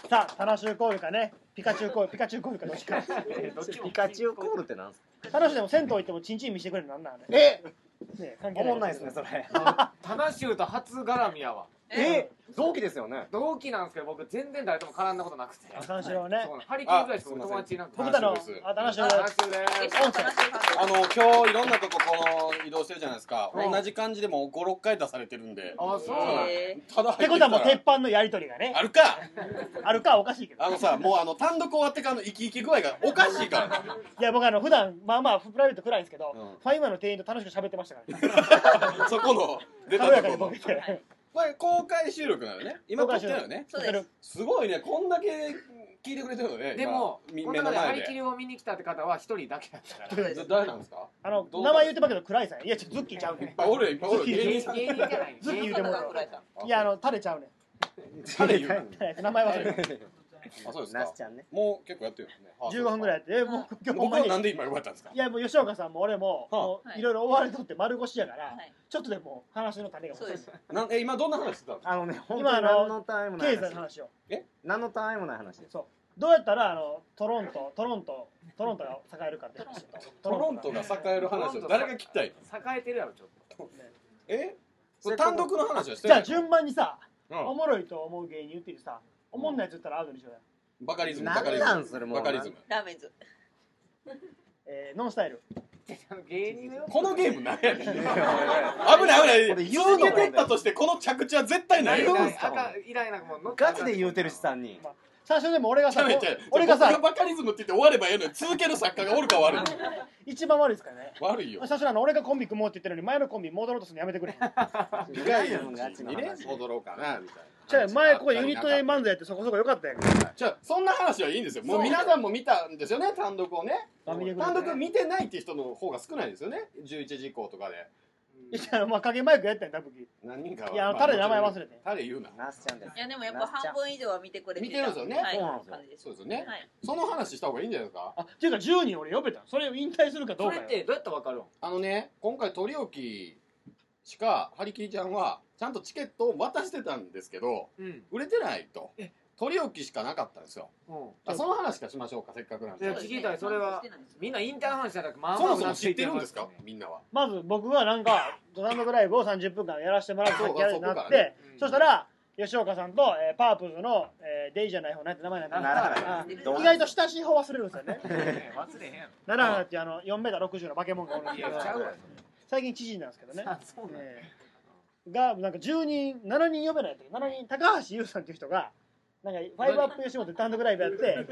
Speaker 1: さあ、タナシューコールかね、ピカチュウコール、ピカチュウコールかどっちか。
Speaker 4: ピカチュウコールってなんすか
Speaker 1: タナシュでも銭湯行ってもチンチン見せてくれるのなんなんあれ。
Speaker 4: え
Speaker 1: ね、関
Speaker 4: おもんないですねそれ
Speaker 2: タナシューと初絡みやわ
Speaker 4: え同期ですよね
Speaker 2: 同期なんですけど僕全然誰とも絡んだことなくて
Speaker 1: あタナシュはね
Speaker 2: そ、うなのハリキューぐらいしか僕
Speaker 5: あ
Speaker 2: 友達いなくて
Speaker 1: 僕たの
Speaker 5: そうです、
Speaker 1: あタナシュ
Speaker 2: タナシ
Speaker 1: ー
Speaker 2: ューで
Speaker 3: え、
Speaker 2: す
Speaker 3: そう、話しさん
Speaker 5: あの今日いろんなとここの移動してるじゃないですか、
Speaker 2: はい
Speaker 5: 同じ感じでも56回出されてるんで
Speaker 2: あそうなんや
Speaker 3: え
Speaker 5: ただ入
Speaker 1: っ
Speaker 5: っ
Speaker 1: て
Speaker 5: てき
Speaker 1: こと
Speaker 5: た
Speaker 1: はもう鉄
Speaker 5: ら
Speaker 1: 板のやりとりがね、
Speaker 5: あるか
Speaker 1: あるかはおかしいけど。
Speaker 5: あのさもうあの単独終わってからの生き生き具合がおかしいからね
Speaker 1: いや、僕あの、普段、まあまあ、プライベート暗いんですけど、
Speaker 5: うん
Speaker 1: フ ァイマーの店員と楽しく喋ってましたからね。
Speaker 5: そこの出た
Speaker 1: 軽やか
Speaker 5: と
Speaker 1: に
Speaker 5: こ
Speaker 1: ボ
Speaker 5: ろの
Speaker 1: ケて。
Speaker 5: これ公開収録なのね今撮ってるのね
Speaker 3: そうです。
Speaker 5: すごいねこんだけ聞いてくれてるのね
Speaker 2: でも、
Speaker 5: 今み
Speaker 2: この
Speaker 5: 目の
Speaker 2: 中で
Speaker 5: 前
Speaker 2: 張り切
Speaker 5: で
Speaker 2: りを見に来たって方は一人だけだったか
Speaker 3: そう
Speaker 2: ら。
Speaker 3: です。
Speaker 5: 誰なんですか
Speaker 1: あの
Speaker 5: どうぞ
Speaker 1: 名前言ってばけど暗いさんいやちょっとズッキーちゃう
Speaker 5: いっ
Speaker 1: ね
Speaker 5: ぱいおるよいっぱいおる芸人
Speaker 2: 芸
Speaker 5: さ
Speaker 2: 人
Speaker 5: ん
Speaker 2: じゃない。
Speaker 1: ズッキー言うてもらう
Speaker 2: 芸人さん
Speaker 1: んいやあのタレちゃうね
Speaker 5: 誰言うの
Speaker 1: ん名前忘れ た
Speaker 5: あそうです
Speaker 4: ナ
Speaker 5: か
Speaker 4: スちゃんね
Speaker 5: もう結構やってるんですね
Speaker 1: 15分ぐら
Speaker 5: い
Speaker 1: いやってえもう今日ほん
Speaker 5: 僕
Speaker 1: ま
Speaker 5: は
Speaker 1: に
Speaker 5: なんで今呼ばれたんですか
Speaker 1: いやもう吉岡さんも俺も
Speaker 5: はあ
Speaker 1: もう
Speaker 3: はい
Speaker 1: いろいろ追われとって丸腰やから
Speaker 3: はい。
Speaker 1: ちょっとでも話の種が
Speaker 3: そう
Speaker 1: 欲
Speaker 3: で
Speaker 1: しい
Speaker 3: す。
Speaker 5: なんえ今どんな話してたんですか
Speaker 4: あのね本当に
Speaker 1: 今あの
Speaker 4: 何の単位もな
Speaker 1: 経
Speaker 4: い
Speaker 1: 済の
Speaker 4: 話
Speaker 1: 話を
Speaker 4: 何の単位もない話です
Speaker 1: どうやったらあのトロントトロントトロントが栄えるかって話
Speaker 5: トロントが栄える話を誰が聞きたいの
Speaker 2: 栄えてるやろ、ちょっと。
Speaker 5: えそれ単独の話はして
Speaker 1: じゃ
Speaker 5: な
Speaker 1: あ
Speaker 5: い
Speaker 1: 順番にさ
Speaker 5: うん
Speaker 1: おもろいと思う芸人言っててさおもんないやつ言ったらアウトにしようや
Speaker 5: バカリズムバカ
Speaker 4: 何
Speaker 5: リ
Speaker 4: なん
Speaker 5: ズ
Speaker 4: それ
Speaker 5: ム
Speaker 4: もう
Speaker 5: バカリズム
Speaker 3: ラーメンズ。
Speaker 1: えーノンスタイル
Speaker 2: 芸人のよ。
Speaker 5: このゲームなんやねん危
Speaker 4: い
Speaker 5: な
Speaker 4: や
Speaker 5: い
Speaker 4: いや
Speaker 5: 危
Speaker 4: こ
Speaker 5: な
Speaker 4: れ
Speaker 5: い
Speaker 4: 言うの
Speaker 5: 続
Speaker 4: も
Speaker 5: けてったとしてこの着地は絶対ないよ
Speaker 4: ないよん
Speaker 5: ちゃ
Speaker 4: すか
Speaker 2: あかんイライラもん乗っ
Speaker 4: ガチで言うてるしさんに
Speaker 1: 最初でも俺がさ
Speaker 5: う
Speaker 1: こ
Speaker 5: ちゃう
Speaker 1: う
Speaker 5: ちゃう
Speaker 1: 俺がさ
Speaker 5: 僕がバカリズムって言って終わればええのに続ける作家がおるか悪い
Speaker 1: 一番悪いですからね
Speaker 5: 悪いよ
Speaker 1: 最初のあの俺がコンビ組もうって言ってるのに前のコンビ戻ろうとするのやめてくれ
Speaker 5: 意外やん
Speaker 4: ガチの
Speaker 5: にね
Speaker 4: 話
Speaker 5: 戻ろうかなみたい
Speaker 1: じゃ
Speaker 5: な
Speaker 1: あ前ここユニットで漫才やってそこそこ良かったやんか
Speaker 5: じゃあそんな話はいいんですよもう皆さんも見たんですよね単独をね
Speaker 1: ファミリーグルー
Speaker 5: 単
Speaker 1: プね
Speaker 5: 独見てないっていう人の方が少ないですよね11時以降とかで
Speaker 1: いやまあ影マイクやったやんたぶき
Speaker 5: 何人かはい
Speaker 1: やあの
Speaker 5: まあ
Speaker 1: タレ名前忘れて
Speaker 5: タレ言うな
Speaker 4: ナスちゃんです
Speaker 3: いやでもやっぱ半分以上は見てくれてた
Speaker 5: 見てるんですよね
Speaker 3: はい、
Speaker 4: そうなんですよ
Speaker 3: 感じです
Speaker 5: そうですよね
Speaker 3: はい。
Speaker 5: その話した方がいいんじゃないですか
Speaker 1: あっていうか10人俺呼べたそれを引退するかどか
Speaker 2: そうれ
Speaker 1: よ
Speaker 2: ってどうやったらわかるん
Speaker 5: あのね今回取り置きしかハリキリちゃんはちゃんとチケットを渡してたんですけど
Speaker 2: うん。
Speaker 5: 売れてないと
Speaker 2: え
Speaker 5: 取り置きしかなかったんですよ
Speaker 2: うん。
Speaker 5: あその話かしましょうかせっかくなん
Speaker 2: い
Speaker 5: で
Speaker 2: や聞きたいそれはみんなインターハンしたらまあ
Speaker 5: そ
Speaker 2: まあ
Speaker 5: もそも知ってるんですかみんなは
Speaker 1: まず僕はなんか 単独ライブを30分間やらせてもらうって
Speaker 5: そう
Speaker 1: やるようにな
Speaker 5: そ
Speaker 1: っ
Speaker 5: こから
Speaker 1: てそしたら吉岡なってそしたら吉岡さんと、えーパープルズの、えーデイじゃない方なんて名前なんだ
Speaker 4: ならな
Speaker 1: あ
Speaker 4: い
Speaker 1: 意外と親しい方忘れるんですよね
Speaker 2: 忘れへんや
Speaker 1: 奈良原っていうあの4メーター60の化け物がおるん
Speaker 2: ろ
Speaker 1: で
Speaker 2: い
Speaker 1: すけ
Speaker 2: や
Speaker 1: ど
Speaker 2: ちゃうわ
Speaker 1: 最近知人なんですけどね、
Speaker 2: あそうなんや
Speaker 1: えーがなんか10人7人呼べないって7人高橋優さんっていう人がなんかファイブアップ吉本で単独ライブやって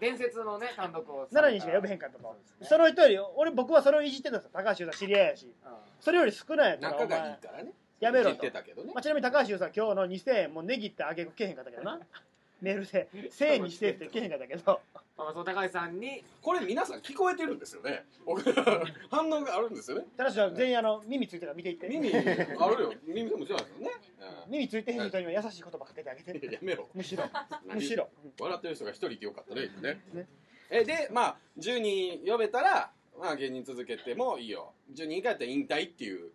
Speaker 2: 伝説のね単独を
Speaker 1: 7人しか呼べへんかったと
Speaker 2: そうです
Speaker 1: そ
Speaker 2: ね
Speaker 1: の人より俺僕はそれをいじってたんですよ高橋優さん知り合いやしそれより少ないやつ
Speaker 5: 仲がいいからね
Speaker 1: やめろ
Speaker 5: 知っ
Speaker 1: と
Speaker 5: て、たけどね
Speaker 1: まあ、ちなみに高橋優さん今日の2000円もうねぎってあげくけへんかったけどなメールで「1000円にして」ってけへんかったけど
Speaker 2: うんまあそう高橋さんに
Speaker 5: これ皆さん聞こえてるんですよね僕反応があるんですよね
Speaker 1: 高橋は全員あの耳ついてるから見ていって
Speaker 5: 耳あるよ耳でも知らないですよね、
Speaker 1: 耳ついてへん人には優しい言葉かけてあげ
Speaker 5: うん
Speaker 1: て
Speaker 5: いややめろ
Speaker 1: むしろむしろ
Speaker 5: 笑ってる人が一人いてよかったね今ね
Speaker 1: ね
Speaker 5: えでまあ10人呼べたら、まあ、芸人続けてもいいよ10人以下やったら引退っていう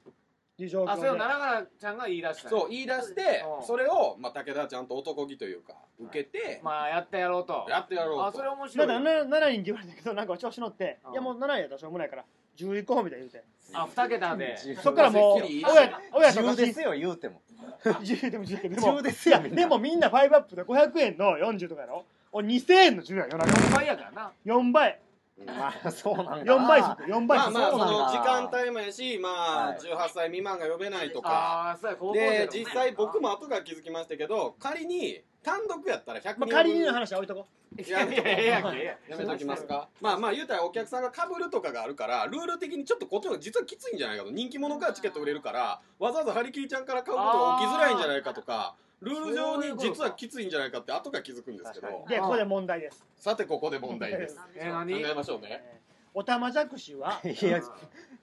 Speaker 1: いう状
Speaker 2: あ
Speaker 1: 況
Speaker 2: そ
Speaker 1: で
Speaker 2: れを奈良原ちゃんが言い出したんや
Speaker 5: そう言い出して
Speaker 2: うん
Speaker 5: それを、まあ、武田ちゃんと男気というか受けて、
Speaker 2: まあやってやろうと
Speaker 5: やってやろ
Speaker 2: あ
Speaker 5: う
Speaker 2: そ
Speaker 5: と
Speaker 2: れ面白
Speaker 1: だ
Speaker 2: い
Speaker 1: から
Speaker 2: よ
Speaker 1: 7人って言われたけどなんか調子乗って
Speaker 2: うん
Speaker 1: いやもう7人やったらしょうもないから11個みたいに言う
Speaker 2: あ二桁で
Speaker 1: てそっからもう
Speaker 5: 10
Speaker 1: 親親とか
Speaker 4: 10ですよ言うても
Speaker 1: 10でも10でも
Speaker 4: 10です
Speaker 1: い
Speaker 4: よ
Speaker 1: や
Speaker 4: みんな
Speaker 1: でもみんなファイブアップで500円の40とかやろ俺2000円の10や夜中
Speaker 2: 4倍やからな
Speaker 1: 4倍
Speaker 4: まあそうなんだ
Speaker 1: 4倍速4倍
Speaker 5: まあ
Speaker 1: 速
Speaker 5: まあ
Speaker 4: そ
Speaker 5: そ
Speaker 4: うなんだ
Speaker 5: の時間帯もやしま
Speaker 4: は
Speaker 5: あ
Speaker 4: い
Speaker 5: 18歳未満が呼べないとか
Speaker 2: ああそうや高校生
Speaker 5: で実際僕も後から気づきましたけど仮に単独やったら100人
Speaker 1: まあ、仮にの話は置いとこ
Speaker 2: いやいやいやいやいや
Speaker 5: やめときますかまあまあ言うたらお客さんがかぶるとかがあるからルール的にちょっとこっちの方が実はきついんじゃないかと人気者からチケット売れるからわざわざハリキリちゃんから買うことが起きづらいんじゃないかとかルール上に実はきついんじゃないかって後から気づくんですけ
Speaker 4: 確
Speaker 5: ど
Speaker 1: うで
Speaker 2: ああ
Speaker 1: ここで問題です
Speaker 5: さてここで問題 です
Speaker 3: なんでしょう
Speaker 2: え何
Speaker 5: 考えましょうね
Speaker 1: えーおたまじゃくしはい
Speaker 4: や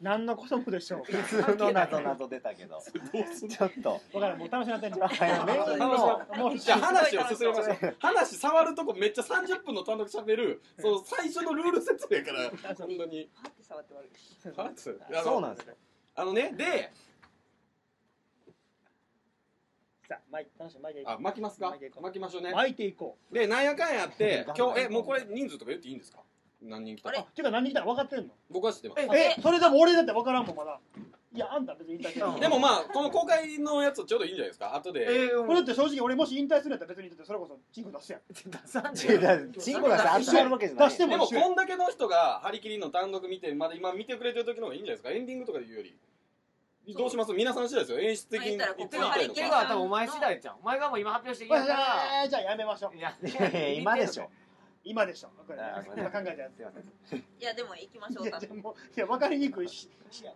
Speaker 1: 何の子供でしょうか
Speaker 4: 普通の謎謎出たけどちょっと
Speaker 1: わからんもう楽しくなってんじゃん
Speaker 4: あいやメインの
Speaker 1: もう
Speaker 5: じゃあ話を進めましょう話触るとこめっちゃ30分の単独しゃべるその最初のルール説明から本当に
Speaker 3: パッて触って悪い。
Speaker 5: あ
Speaker 4: そう
Speaker 5: の
Speaker 4: なんですよ
Speaker 5: あのねで
Speaker 1: さあ巻い楽しみ巻いていこ
Speaker 5: あ巻きますか巻きましょうね
Speaker 1: う巻いていこ
Speaker 5: でなんやかん やって今日えもうこれ人数とか言っていいんですか何人来た
Speaker 3: あ
Speaker 5: か
Speaker 3: れ
Speaker 1: うていうか何人来たか分かってんの
Speaker 5: 僕は知ってます
Speaker 1: えそれでも俺だって分からんもんまだいやあんた別に引退してる
Speaker 2: うん
Speaker 5: でもまあこの公開のやつちょうどいいんじゃないですか後
Speaker 2: え
Speaker 5: で
Speaker 2: ー
Speaker 1: これだって正直俺もし引退するんやったら別にだってそれこそチンコ出すやん
Speaker 2: 出さん
Speaker 4: 違うだからチンコ出して当てはるわけじゃない
Speaker 1: 出して
Speaker 5: で
Speaker 1: も
Speaker 5: も
Speaker 1: 一緒や
Speaker 5: こんだけの人が張り切りの単独見てまだ今見てくれてる時の方がいいんじゃないですかエンディングとかで言うよりどうします皆さん次第ですよ演出的に
Speaker 3: まあ言
Speaker 5: 言っ
Speaker 3: った
Speaker 5: て
Speaker 3: ら
Speaker 5: み
Speaker 3: ここ
Speaker 5: た
Speaker 3: 張
Speaker 5: い
Speaker 3: り
Speaker 5: の
Speaker 3: 切
Speaker 5: か
Speaker 3: り
Speaker 2: は多分お前次第じゃんお前がもう今発表していい
Speaker 1: まあ
Speaker 2: や
Speaker 1: じ
Speaker 2: か
Speaker 1: ゃ
Speaker 2: ら
Speaker 1: あじゃあやめましょう
Speaker 2: いや
Speaker 4: いやいや今でしょ
Speaker 1: 今でしょこれね
Speaker 4: あごめん
Speaker 1: 今考えたやつ
Speaker 4: すいません
Speaker 3: いやでも行きましょ
Speaker 1: いうや
Speaker 3: か
Speaker 1: じゃあもういや分かりにくいししやん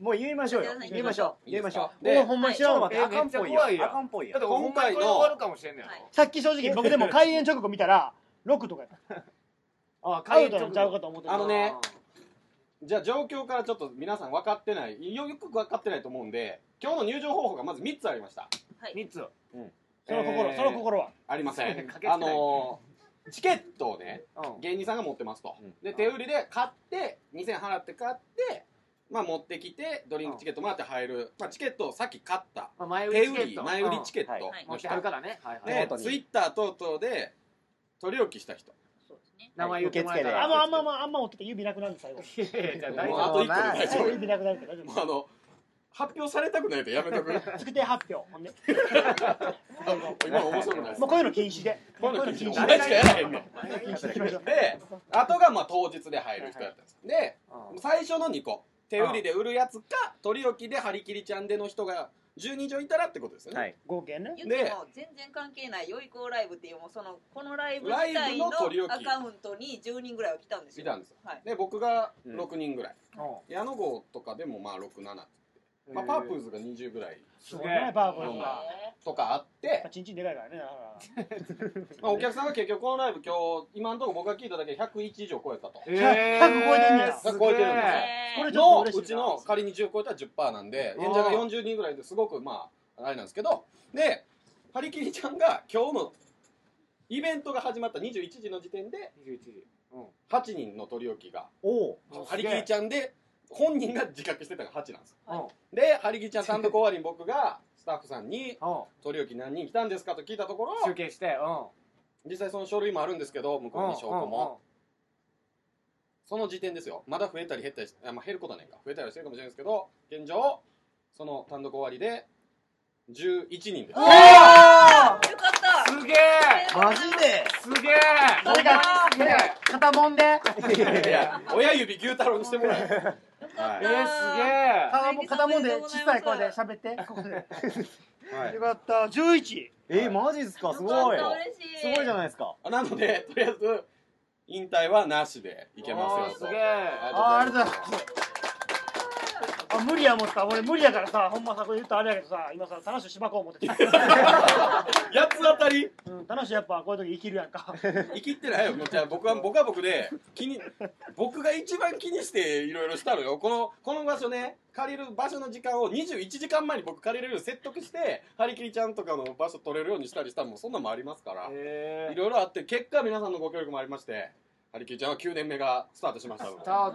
Speaker 4: もう言いましょうよ
Speaker 3: 言
Speaker 4: 言いましょう
Speaker 5: いいで
Speaker 4: 言い
Speaker 5: す
Speaker 4: ましょ
Speaker 5: か
Speaker 4: う
Speaker 1: お
Speaker 5: で
Speaker 1: ほんまに知らんわ
Speaker 2: えめっちゃ怖いやん
Speaker 4: あかんっぽい
Speaker 2: だっ
Speaker 4: やん
Speaker 2: てほんまにこれ終わるかもしれんねやろ
Speaker 1: さっき正直僕でも開演直後見たら6とかやった
Speaker 2: あ
Speaker 1: アウトなんちゃうかと思ってた
Speaker 5: あのねじゃあ状況からちょっと皆さん分かってないよよく分かってないと思うんで今日の入場方法がまず3つありました
Speaker 2: 3つ
Speaker 1: その心、
Speaker 5: えー
Speaker 1: その心は
Speaker 5: ありませ
Speaker 2: 駆
Speaker 5: ん
Speaker 2: けつけない
Speaker 5: あのーチケットをね
Speaker 2: うん
Speaker 5: 芸人さんが持ってますと、
Speaker 4: うん
Speaker 5: で手売りで買って2000払って買ってまあ持ってきてドリンクチケットもらって入る、まあ、チケットをさっき買った
Speaker 2: まあ前売
Speaker 5: 手
Speaker 2: りチ
Speaker 5: 売
Speaker 2: ケ
Speaker 5: り
Speaker 2: ット
Speaker 5: 前売りチケット
Speaker 4: うん
Speaker 3: はい
Speaker 2: 持
Speaker 5: の
Speaker 2: って
Speaker 5: 人、
Speaker 2: はるからねはいはい
Speaker 4: 手
Speaker 5: で
Speaker 4: 元に
Speaker 5: ツイッター等々で取り置きした人
Speaker 3: そうですね。
Speaker 2: 名前言ってもらえた
Speaker 4: はい
Speaker 1: あ
Speaker 2: ら
Speaker 1: んまあんまあんまあんま追ってて指なくなるんで最 後
Speaker 2: いやいやじゃあ大
Speaker 5: も
Speaker 2: 丈
Speaker 5: うあ
Speaker 2: 夫
Speaker 5: と1個で大丈
Speaker 1: 最
Speaker 5: 夫
Speaker 1: 後指なくなるから大丈
Speaker 5: もうあの発表されたくないとやめとく
Speaker 1: 夫作定発表ほんで
Speaker 5: 今面白くないです
Speaker 1: もうこういうの禁止で
Speaker 5: こういうの
Speaker 1: こういうの禁
Speaker 5: 禁止
Speaker 1: 止
Speaker 5: お前しかやらへんねん
Speaker 1: 禁止でいきましょう
Speaker 5: であとがまあ当日で入る人やったんですで最初の2個手売りで売るやつか取り置きで張り切りちゃんでの人が12畳いたらってことですよね、
Speaker 4: はい
Speaker 1: 合計ね
Speaker 3: 言っても全然関係ない良い子ライブっていうもうそのこのライブ
Speaker 5: ラ
Speaker 3: 自
Speaker 5: イ
Speaker 3: 体
Speaker 5: ブの
Speaker 3: の
Speaker 5: 取り置
Speaker 3: ア
Speaker 5: き
Speaker 3: カウントに10人ぐらいは来たんですよ。
Speaker 5: 来たんですよ
Speaker 3: はい。
Speaker 5: で僕が
Speaker 4: うん
Speaker 5: 6人ぐらい、矢野号とかでもまあ67、まあ、パープーズが20ぐらい
Speaker 1: すごいねバーボ
Speaker 5: う
Speaker 1: ン
Speaker 5: ん
Speaker 1: がやっ
Speaker 3: へ
Speaker 5: とかあって
Speaker 1: ぱ、チンチンでかいからねだか
Speaker 5: ま あ、お 客さんが結局このライブ今日今のところ僕が聞いただけで101以上超えたと
Speaker 2: えー
Speaker 1: 100超えてんねや
Speaker 2: すげー
Speaker 5: 超えてるんですよ
Speaker 3: ー
Speaker 1: これちょっと
Speaker 5: の
Speaker 1: 嬉しいうな
Speaker 5: ちの仮に10超えたら10%なんで演者が40人ぐらいですごくまああれなんですけどでハリキリちゃんが今日のイベントが始まった21時の時点で
Speaker 2: 21時うん
Speaker 5: 8人の取り置きが
Speaker 4: おお
Speaker 2: あ
Speaker 5: ハリキリちゃんで本人が自覚してたのが8なんですよ
Speaker 2: うんうん
Speaker 5: でハリキリちゃん単独終わりに僕がスタッフさんに
Speaker 2: う
Speaker 5: 取り置き何人来たんですかと聞いたところ
Speaker 2: ん集計してうん
Speaker 5: 実際その書類もあるんですけど向こうに証拠も
Speaker 2: う
Speaker 5: その時点ですよまだ増えたり減ったりしあ、まあ、減ることはないか増えたりはしてるかもしれないですけど現状その単独終わりで11人です
Speaker 3: よかった。
Speaker 2: んうんすげ
Speaker 4: マジで
Speaker 2: ーすげー
Speaker 1: 誰か
Speaker 2: すげー
Speaker 1: ら肩もんで
Speaker 5: いやいや親指牛太郎にしてもらえ
Speaker 2: えーすげえ
Speaker 1: 肩もん肩もんで小さい声で喋って ここでよ
Speaker 5: はい
Speaker 1: かった11
Speaker 4: えーマジですかすごい
Speaker 3: よかった
Speaker 4: す
Speaker 3: 嬉しい。
Speaker 4: ごいじゃ
Speaker 3: ん。
Speaker 4: ないですか
Speaker 5: なのでとりあえず引退はなしでいけますよ
Speaker 2: す
Speaker 5: と
Speaker 2: げえ
Speaker 1: あーありがとうございますあ無理やもんさ俺無理やからさほんまさこれ言ったらあれやけどさ今さ楽しい芝子を持ってた、
Speaker 5: 八つ当たり
Speaker 1: うん、楽しいやっぱこういう時生きるやん か
Speaker 5: 生きってないよもうじゃあ僕は僕は僕で気に僕が一番気にしていろいろしたのよこのこの場所ね借りる場所の時間を21時間前に僕借りれるように説得してハリキリちゃんとかの場所取れるようにしたりしたらもうそんなんもありますから
Speaker 2: えー
Speaker 5: いろいろあって結果皆さんのご協力もありましてハリキリちゃんは9年目がスタートしましたの
Speaker 2: ス
Speaker 5: で、
Speaker 2: タ
Speaker 5: は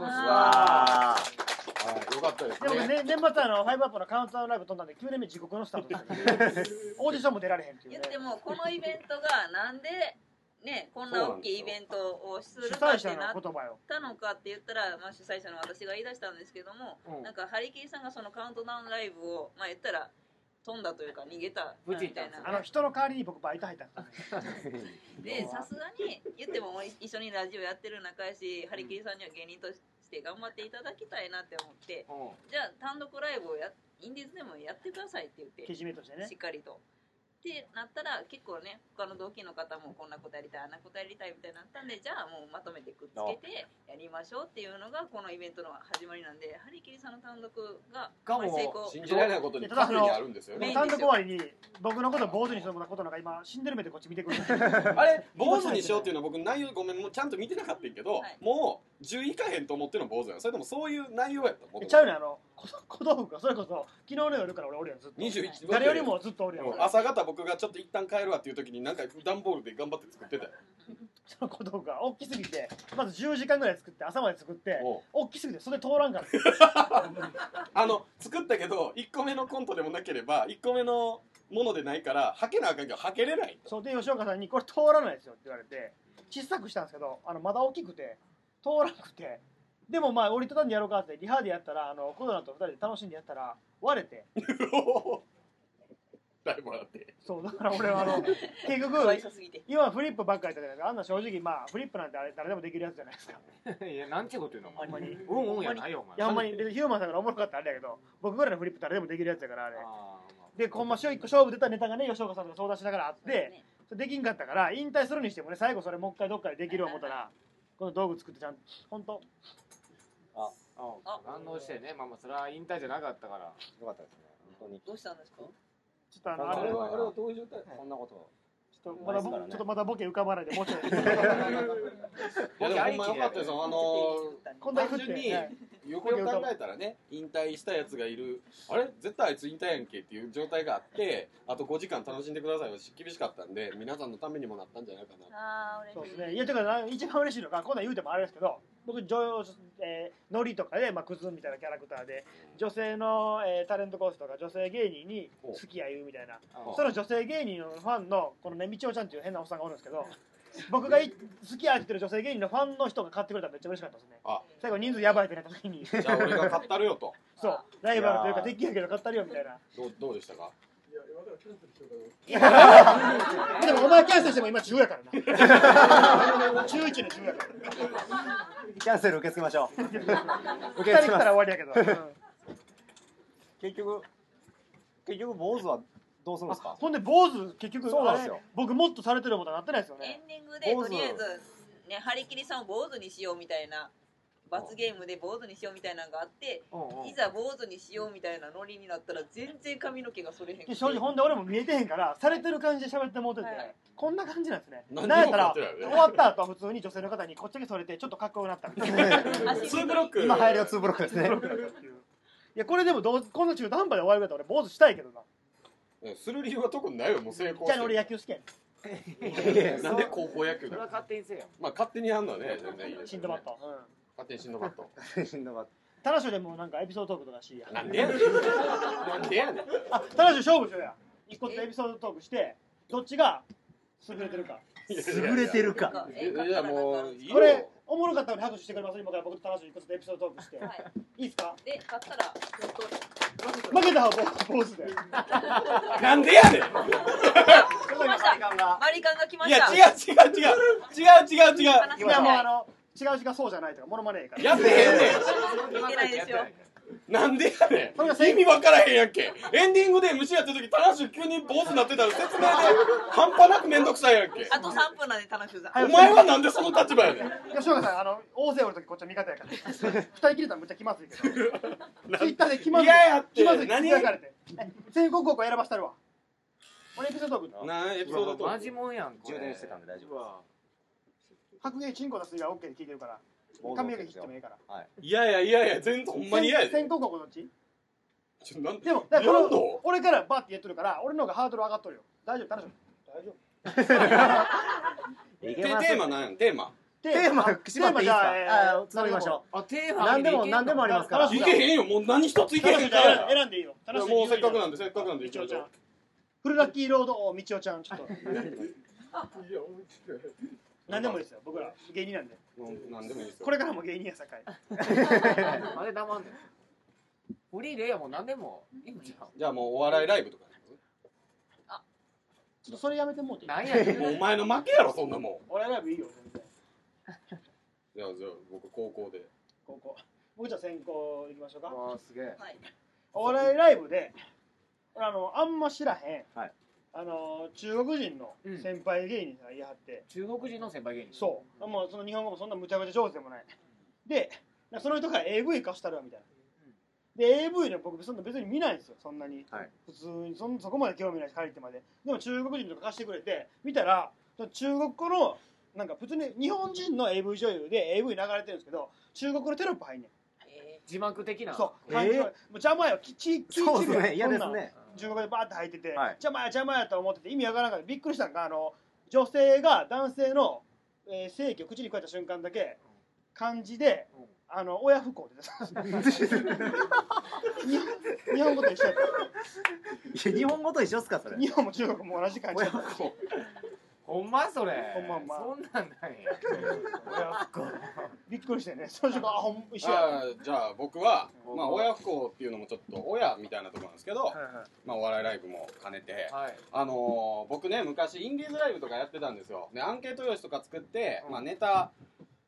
Speaker 2: ートするわ
Speaker 4: わ
Speaker 5: い、よかったです
Speaker 1: でも
Speaker 5: ね
Speaker 1: ね、年末あの、ファイブアップのカウントダウンライブ飛んだんで、9年目地獄のスタートですよねオーディションも出られへんっていう
Speaker 3: 言
Speaker 1: ね
Speaker 3: っ。てもこのイベントがなんでねこんな大きいイベントをす
Speaker 1: 主
Speaker 3: るか
Speaker 1: 催
Speaker 3: って
Speaker 1: 者の
Speaker 3: なっ
Speaker 1: 言葉よ。
Speaker 3: ったのかって言ったら、まあ、主催者の私が言い出したんですけども、
Speaker 2: うん
Speaker 3: なんかハリキリさんがそのカウントダウンライブを、まあ、言ったら飛んだというか逃げた
Speaker 2: ブ
Speaker 3: み
Speaker 2: チったたん
Speaker 3: い
Speaker 2: です
Speaker 3: な
Speaker 2: ね
Speaker 1: あの人の代わりに僕バイト入ったんですよ
Speaker 3: でさすがに言ってももう一緒にラジオやってる仲やしハリキリさんには芸人として頑張っていただきたいなって思って
Speaker 2: うん
Speaker 3: じゃあ単独ライブをやインディーズでもやってくださいって言って
Speaker 1: けじめとしてね
Speaker 3: しっ。かりと。ってなったら結構ね他の同期の方もこんなことやりたいあんなことやりたいみたいになったんでじゃあもうまとめてくっつけてやりましょうっていうのがこのイベントの始まりなんでハリキリさんの単独が
Speaker 2: が
Speaker 3: まあ成功
Speaker 2: も
Speaker 5: 信じられないことに過去にあるんですよ
Speaker 1: でも
Speaker 5: ね
Speaker 1: 単独終わりに僕のこと坊主にすることなんか今死んでる目でこっち見て くる
Speaker 5: あれ坊主にしようっていうのは僕内容ごめんもうちゃんと見てなかったんやけど、
Speaker 3: はい
Speaker 5: もう10位以下へんと思っての坊主やんそれともそういう内容やったも
Speaker 1: ちゃうねあの小小道具がそれこそ昨日の夜から俺おるやんずっと
Speaker 5: 21
Speaker 1: 誰よりもずっとおるやん
Speaker 5: うん朝方僕がちょっと一旦帰るわっていう時になんか段ボールで頑張って作ってたよ
Speaker 1: その小道具が大きすぎてまず10時間ぐらい作って朝まで作って
Speaker 5: おう
Speaker 1: 大きすぎてそれ通らんから
Speaker 5: あの作ったけど1個目のコントでもなければ1個目のものでないからはけなあかんけどはけれない
Speaker 1: そうで吉岡さんに「これ通らないですよ」って言われて小さくしたんですけどあのまだ大きくて通らなくてでもまあ折りたたんでやろうかってリハでやったらあのコロナと2人で楽しんでやったら割れて
Speaker 5: だいぶ笑って
Speaker 1: そうだから俺は あの結
Speaker 3: かわい
Speaker 1: 局
Speaker 3: そうすぎて
Speaker 1: 今フリップばっかりやったじゃないですかあんな正直まあフリップなんてあれ誰でもできるやつじゃないですか
Speaker 2: いやなんちゅうこと言うのお
Speaker 1: ほんま
Speaker 2: 前
Speaker 1: にい
Speaker 2: うんうんやないよお前
Speaker 1: やほんまに別にヒューマンさんからおもろかったらあれやけど僕ぐらいのフリップ誰でもできるやつやからあれ
Speaker 2: あ
Speaker 1: でほんま一個勝負出たネタがね吉岡さんと相談しながらあって
Speaker 3: ね
Speaker 1: それできんかったから引退するにしてもね最後それもう一回どっかでできる思ったらこの道具作ってちゃんと本当
Speaker 3: あ
Speaker 2: うん反応してね、まあまあ、それは引退じゃなかったから。
Speaker 4: よかったですね。本当に。
Speaker 3: どうしたんです か
Speaker 1: ちょっとあの
Speaker 4: あ
Speaker 1: あれ
Speaker 4: れ
Speaker 1: ちょ
Speaker 4: はあれは
Speaker 5: どういう状態
Speaker 1: はい
Speaker 4: こんなこと。
Speaker 1: っとまだぼ
Speaker 4: ないですからね
Speaker 1: ちょっとまだボケ浮かばないでも うちょっと
Speaker 5: いやでもほんまよかったですよあの
Speaker 1: こんだけ振っ
Speaker 5: 単純に
Speaker 1: て、はい
Speaker 5: よくよく考えたらね引退したやつがいるあれ絶対あいつ引退やんけっていう状態があってあと5時間楽しんでくださいは厳しかったんで皆さんのためにもなったんじゃないかな
Speaker 3: ああ
Speaker 1: そう
Speaker 3: 嬉
Speaker 1: です
Speaker 3: しい
Speaker 1: ねいやてかな一番嬉しいのがこんなん言うてもあれですけど僕女優、えー、ノリとかで、まあ、クズみたいなキャラクターで女性の、えータレントコースとか女性芸人に好きや言うみたいな
Speaker 5: お
Speaker 1: その女性芸人のファンのこのねみちおちゃんっていう変なおっさんがおるんですけ ど僕がい好きや言ってる女性芸人のファンの人が買ってくれたらめっちゃ嬉しかったですね
Speaker 5: あ
Speaker 1: 最後人数やばいってなった時に
Speaker 5: じゃあ俺が買ったるよと
Speaker 1: そうライバルというか敵やけど買ったるよみたいな
Speaker 5: どうどうでしたか
Speaker 1: でもお前キャンセルしても今10やからな11の10やから
Speaker 4: キャンセル受け付けましょう。受
Speaker 1: 2人
Speaker 4: け付
Speaker 1: 来た
Speaker 4: けま
Speaker 1: ら
Speaker 4: す。
Speaker 1: 終わりやけど、うん
Speaker 4: 結局結局坊主はどうするんですか。
Speaker 1: ほんで坊主結局
Speaker 4: そうなんです
Speaker 1: あ
Speaker 4: よ
Speaker 1: れ。僕もっとされてるものになってないですよ
Speaker 3: エ
Speaker 1: ね
Speaker 3: ンディングでとりあえず、ね、張り切りさんを坊主にしようみたいな罰ゲームで坊主にしようみたいなのがあっていざ坊主にしようみたいなノリになったら全然髪の毛がそれへんくて
Speaker 1: で正直ほんで俺も見えてへんからされてる感じで喋ってもうてて、
Speaker 3: はい
Speaker 1: こんな感じなんですね
Speaker 5: 何にも
Speaker 1: なんやったら
Speaker 5: 変わってないよ
Speaker 1: 終
Speaker 5: ね
Speaker 1: わった後は普通に女性の方にこっちだけそれてちょっとかっこよくなったみたい な
Speaker 3: 足
Speaker 5: ツーブロック
Speaker 4: 今流行りのツーブロックですね。
Speaker 1: いやこれでもどうこんな中途半端で終わる方俺坊主したいけどな
Speaker 5: うんする理由は特にないよもう成功
Speaker 1: じゃあ俺野球好きやね
Speaker 5: なんで高校野球
Speaker 2: それ
Speaker 5: な
Speaker 2: は
Speaker 5: の
Speaker 2: 勝手にせえよ。
Speaker 5: まあ勝手にやんのはね全然いいですよね
Speaker 1: んしんどかった、うん、
Speaker 5: 勝手にしんどかった
Speaker 1: タラショでもなんかエピソードトークとかしいや
Speaker 5: なんでやねんなんでやねん
Speaker 1: あタラショ勝負しようや一個ずつエピソードトークしてどっちが優れてるか
Speaker 4: 優れてるか。
Speaker 5: いやいやもういい
Speaker 1: これ
Speaker 5: よ
Speaker 1: おもろかったのに拍手してくれます今から僕とタラショ一個ずつエピソードトークして、
Speaker 3: はい
Speaker 1: い、いですか
Speaker 3: で買ったらちょっと
Speaker 1: 負けた方は坊主で
Speaker 5: なんでやねん
Speaker 3: 来ましたマリカンが来ま
Speaker 5: い
Speaker 3: し
Speaker 5: や
Speaker 3: た
Speaker 5: 違う違う違う違う違う違う
Speaker 1: い
Speaker 3: 話
Speaker 1: やもうあの違う違うそうじゃないとかモノマネやから
Speaker 5: やってへんね
Speaker 3: 聞いてないですよ
Speaker 5: んなんでやね
Speaker 1: それが
Speaker 5: ん意味わからへんやんけエンディングで MC やってる時田中急に坊主になってたら説明で半端なくめんどくさいやんけ
Speaker 3: あと3分なんで楽しみだ
Speaker 5: お前はなんでその立場やねん
Speaker 1: 吉岡さんあの大勢おる時こっちは味方 やから二人切れたらむっちゃ気まずいけどツイッターで気まずい
Speaker 5: 嫌やって
Speaker 1: 気まずい
Speaker 5: 何
Speaker 1: つぶやかれてえ全国高校選ばしたるわ俺エピソードトーク
Speaker 5: なあエピソードトーク
Speaker 2: マジもんやんこれ
Speaker 4: 充電してたんで大丈夫です
Speaker 2: うわ
Speaker 1: 白芸チンコ出す以外は OK で聞いてるから髪の毛切ってもいいから
Speaker 5: いやいやいやいや全然ほんまに嫌やで
Speaker 1: 全国高校どっち
Speaker 5: ちょなん
Speaker 1: でもだ
Speaker 5: な
Speaker 1: から
Speaker 5: ん
Speaker 1: この
Speaker 5: の
Speaker 1: 俺からバーって言ってるから俺の方がハードル上がっとるよ大丈夫楽しみ大丈夫
Speaker 4: い
Speaker 5: テ
Speaker 4: け
Speaker 5: テ
Speaker 4: ます
Speaker 5: ーマなんやんテーマ
Speaker 1: テ
Speaker 4: テーマ縛っていいですか
Speaker 1: え
Speaker 4: あーつなぎましょ
Speaker 2: あテーマ
Speaker 4: 何でも何でもありますから。
Speaker 5: いけへんよもう何一ついけへんか
Speaker 1: 選
Speaker 5: ら
Speaker 1: ん選んでいいよ楽しみ
Speaker 5: もうせっかくなんでせっかくなんで
Speaker 1: みち
Speaker 5: 一
Speaker 1: お
Speaker 5: 応
Speaker 1: ちゃんフルラッキーロード王みちおちゃんち ょっと何でもいいですよ僕ら芸人なんで
Speaker 5: なんでもいいですよ
Speaker 1: これからも芸人やさかい
Speaker 2: あれ黙んねんフリーでええやんもう何で もいいんじゃん
Speaker 5: じゃあもうお笑いライブとか
Speaker 1: ちょっとそれやめてもうていい
Speaker 2: なんやねん
Speaker 5: もうお前の負けやろそんなも
Speaker 1: 俺ライブいいよ全然
Speaker 5: んいやじゃあ僕高校で
Speaker 1: 高校僕じゃあ先行行きましょうか
Speaker 2: わあすげえ
Speaker 3: はい
Speaker 1: お笑いライブで俺あのあんま知らへん、
Speaker 4: はい
Speaker 1: あの中国人の
Speaker 2: うん
Speaker 1: 先輩芸人さんが言い張って、
Speaker 2: 中国人の先輩芸人
Speaker 1: そうもうその日本語もそんなむちゃくちゃ上手でもないでなんかその人が AV 貸したるわみたいなで AV の僕そんな別に見ないんですよそんなに、
Speaker 4: はい
Speaker 1: 普通にそんそこまで興味ないし借りてまででも中国人とか貸してくれて見たら中国語のなんか普通に日本人の AV 女優で AV 流れてるんですけど中国語のテロップ入んねん
Speaker 3: え
Speaker 2: 字幕的な
Speaker 1: そう、
Speaker 4: えー
Speaker 1: 漢字のもう邪魔よ、きち、きち、
Speaker 4: そうですね。嫌で
Speaker 1: そ
Speaker 4: す
Speaker 1: んなん
Speaker 4: ね。
Speaker 1: 中国でバーって入ってて、
Speaker 4: はい
Speaker 1: 邪魔や邪魔やと思ってて、意味わからんから、びっくりしたんが、あの。女性が男性の、えー、性器を口に加えた瞬間だけ、漢字で、
Speaker 2: うん
Speaker 1: あの親不幸で 日日本語と一緒やっ
Speaker 4: いや日本語と一緒っすかそ
Speaker 1: た
Speaker 4: れ。
Speaker 1: 日本も中国も同じ漢字やった
Speaker 2: ほんまそれ
Speaker 1: ほんまほんま
Speaker 2: そんなんなんや親不幸
Speaker 1: びっくりしてね、その瞬間、あ、ほん、一緒や。
Speaker 5: あーじゃあ僕は、
Speaker 2: うん
Speaker 5: まあ、親不孝っていうのもちょっと親みたいなところなんですけど、まあ、お笑いライブも兼ねて、
Speaker 2: はい
Speaker 5: あのー僕ね昔インディーズライブとかやってたんですよでアンケート用紙とか作って、
Speaker 2: うん
Speaker 5: まあ、ネタ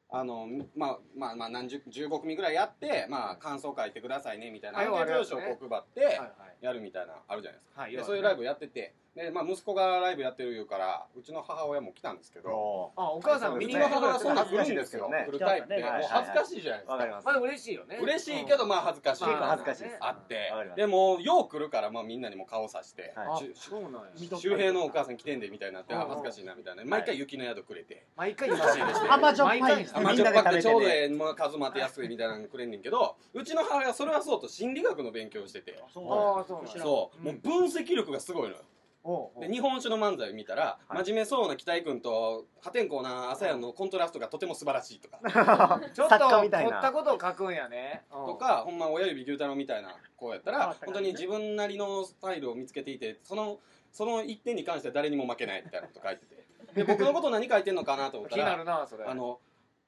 Speaker 5: あのまあまあまあ何十15組ぐらいやって、まあ、感想書いてくださいねみたいなア
Speaker 2: は
Speaker 5: ン
Speaker 2: い
Speaker 5: ケート用紙をこう配って
Speaker 2: はい
Speaker 5: やるみたいなあるじゃないですか
Speaker 2: はい
Speaker 5: でそういうライブやっててで、まあ、息子がライブやってる言うからうちの母親も来たんですけど
Speaker 4: お
Speaker 2: あお母さんが見
Speaker 5: う
Speaker 2: に
Speaker 5: ち
Speaker 2: 来
Speaker 5: の
Speaker 2: てく
Speaker 5: 母
Speaker 2: れ
Speaker 5: が
Speaker 2: て
Speaker 5: そん
Speaker 2: た
Speaker 5: なん来るんですよ来るタイプでもう恥ずかしいじゃない
Speaker 4: ー
Speaker 5: です
Speaker 4: わかります。
Speaker 2: まあでも嬉しいよね
Speaker 5: 嬉しいけどまあ恥ずかしい
Speaker 2: まあ
Speaker 4: 結構恥ずかしいです
Speaker 5: あって
Speaker 4: わかります
Speaker 5: でもよう来るからまあみんなにも顔さして
Speaker 4: は
Speaker 2: あ
Speaker 4: い
Speaker 5: しゅ
Speaker 2: そうなんや
Speaker 5: 周平のお母さん来てんでみたいになって
Speaker 2: うん
Speaker 5: あ恥ずかしいなみたいな毎回雪の宿くれて
Speaker 2: 毎回言い
Speaker 5: 嬉しいですね
Speaker 1: 甘じょっぱい
Speaker 2: 毎回
Speaker 5: 甘
Speaker 4: み
Speaker 5: じ
Speaker 4: んな
Speaker 5: ょっ
Speaker 4: で食
Speaker 5: ぱく
Speaker 4: べ
Speaker 5: て
Speaker 4: て
Speaker 5: ち
Speaker 4: ね
Speaker 5: ょうどええまあ数待てやすいみたいなのくれんねんけどうちの母親それはそうと心理学の勉強をしてて
Speaker 2: ああそうなんや
Speaker 5: そうもう分析力がすごいのよ
Speaker 2: おうおう
Speaker 5: で日本酒の漫才を見たら、
Speaker 4: はい
Speaker 5: 真面目そうな北井君と破天荒な朝やのコントラストがとても素晴らしいとか
Speaker 2: ちょっと
Speaker 4: 作家
Speaker 2: 取
Speaker 4: みたいな
Speaker 2: ったことを書くんやね
Speaker 5: と
Speaker 2: と
Speaker 5: かほんま親指牛太郎みたいな子やっ
Speaker 1: あ
Speaker 5: たら
Speaker 1: 高いね
Speaker 5: 本当に自分なりのスタイルを見つけていてそのその一点に関しては誰にも負けないみたいなこと書いててで僕のこと何書いてんのかなと思っ
Speaker 2: 気
Speaker 5: た
Speaker 2: にな
Speaker 5: ら
Speaker 2: るなそれ
Speaker 5: あの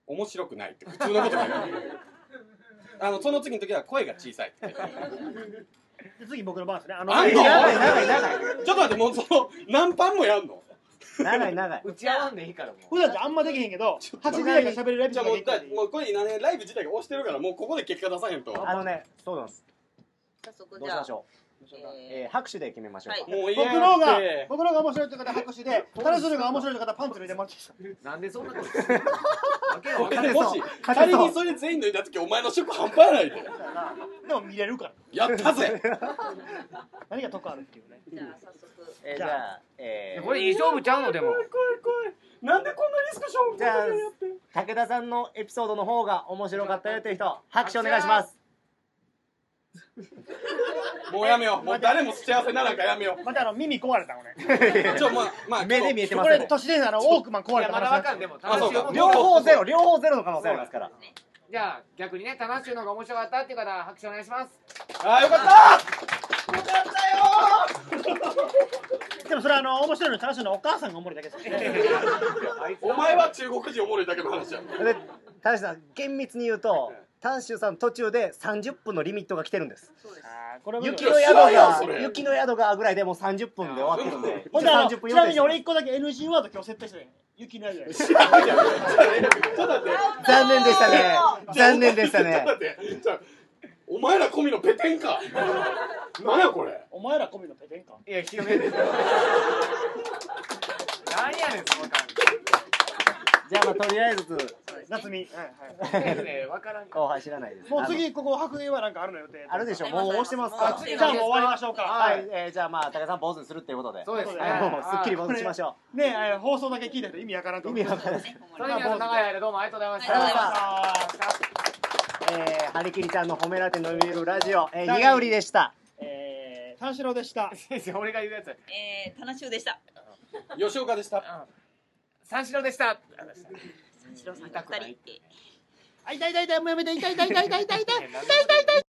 Speaker 5: 面白くないって普通のこと書いてあるあのその次の時は声が小さいって
Speaker 1: で次僕の番ですねあ
Speaker 5: あんの
Speaker 1: いらない
Speaker 4: 長い長い
Speaker 5: ちょっと待ってもうその何パンもやんの
Speaker 4: 長い長い。
Speaker 2: 打ち合わんでいいからもう
Speaker 1: 普段じゃあんまできへんけど
Speaker 5: ちょっと
Speaker 1: 8時台が喋れるエピ
Speaker 5: じ
Speaker 1: ソ
Speaker 5: ゃ
Speaker 1: ード
Speaker 5: あも
Speaker 1: が一個
Speaker 5: うだ
Speaker 1: でいい
Speaker 5: もうこれ今ねライブ自体が押してるからもうここで結果出さへんと
Speaker 4: あのね、そうなんです。
Speaker 3: 早速
Speaker 4: ど
Speaker 3: じ
Speaker 4: うし
Speaker 3: ゃ
Speaker 4: ま
Speaker 3: あ
Speaker 4: しょう。え
Speaker 3: え
Speaker 4: ー、拍手で決めましょうか。
Speaker 3: はい
Speaker 5: もういい
Speaker 1: 僕
Speaker 5: や
Speaker 1: の方が
Speaker 5: って
Speaker 1: 僕の方が面白いという方拍手でタレスルが面白いという方パンツ脱いでもらっていいですか
Speaker 2: なんでそんなことするのわけがわ
Speaker 5: こ
Speaker 2: か
Speaker 5: れ
Speaker 2: んな
Speaker 5: で
Speaker 2: い
Speaker 5: もし
Speaker 4: 勝て
Speaker 5: 仮
Speaker 4: そう
Speaker 5: にそれ全員脱いだ時お前の職半端やないで
Speaker 1: でも見れるから
Speaker 5: やったぜ
Speaker 1: 何が得あるっていうね
Speaker 3: ーじゃあ早速
Speaker 4: えー、じゃあ、えー、
Speaker 2: これいい勝負ちゃうのでも
Speaker 5: 怖い怖い怖いなんでこんなリスクしょう
Speaker 4: じゃあ武田さんのエピソードの方が面白かったよっていう人、拍手お願いします。
Speaker 5: もうやめようもう誰も幸せならんからやめ よ
Speaker 1: またあの耳壊れたのね
Speaker 5: うちょまあまあ
Speaker 4: 目で見えてま
Speaker 1: こ
Speaker 4: せ
Speaker 1: れ
Speaker 4: んね。
Speaker 1: 都市伝説のウォークマン壊
Speaker 2: い
Speaker 1: れ
Speaker 2: や
Speaker 1: た
Speaker 2: まだ
Speaker 1: 話
Speaker 2: わかんでも楽しい
Speaker 5: あそうか
Speaker 2: よ
Speaker 4: 両方ゼロ、両方ゼロの可能性ありますから。
Speaker 2: じゃあ逆にね棚橋の方が面白かったっていう方は拍手お願いします
Speaker 5: ああよかったよかったよ
Speaker 1: でもそれあの面白いの楽しいのはお母さんがおもろいだけです
Speaker 5: お前は中国人おもろいだけの話や
Speaker 4: で、田橋さん、厳密に言うと、丹州さん途中で30分のリミットが来てるんです。
Speaker 3: そうです
Speaker 1: これ
Speaker 4: 雪
Speaker 5: よ
Speaker 4: の宿
Speaker 5: 知らんよ
Speaker 4: が
Speaker 5: そ、れ
Speaker 4: 雪の宿がぐらいでもう30分で終わってるんで。
Speaker 1: ほんであの
Speaker 4: 一応30分
Speaker 1: ちなみに俺一個だけ NG ワード今日設定してる雪のやつ
Speaker 5: 知らんやんちょっと待って
Speaker 4: 残念でしたね。残念でした
Speaker 5: ちょっと
Speaker 4: ね。
Speaker 5: 待ってちょっとお前ら込みのペテンかなんやこれ
Speaker 1: お前ら込みのペテンか
Speaker 2: いや広めですよ何やねんその感
Speaker 4: じゃあまあとりあえず、
Speaker 1: 夏美はいはい
Speaker 2: じねわからんよ
Speaker 4: 後輩知らないです。
Speaker 1: もう次ここ白衣はなんかあるの予定
Speaker 4: あるでしょもう押してますから
Speaker 3: あ
Speaker 1: じ
Speaker 3: 次
Speaker 1: ゃあ
Speaker 3: の
Speaker 1: もう終わりましょうか
Speaker 4: あの。は
Speaker 1: はいい、
Speaker 4: えーじゃあまあ、高田さん、坊主にするっていうことで。
Speaker 2: そうですね
Speaker 4: はいもうすっきり坊主にしましょ
Speaker 1: ねえー放送だけ聞いた人意味わからんと
Speaker 4: う。意
Speaker 1: 思う
Speaker 4: 味わかんないです。
Speaker 3: ねほんま
Speaker 2: そ
Speaker 3: に
Speaker 2: れでは皆さん長い間どうもありがとうございまし
Speaker 3: ありがとうございました
Speaker 2: た
Speaker 4: えー、はりきりちゃんの褒められて伸びるラジオ、えー、
Speaker 1: 第
Speaker 4: にがうりでした。
Speaker 1: えー、三四郎でした
Speaker 2: 先生俺が言うやつ
Speaker 3: えー、楽しゅうでした
Speaker 5: 吉岡でした
Speaker 2: 三四郎でした
Speaker 3: 三四郎さんが二人って
Speaker 1: あ痛い痛い痛いもうやめて痛い痛い痛い痛い痛い痛い
Speaker 2: いやなんで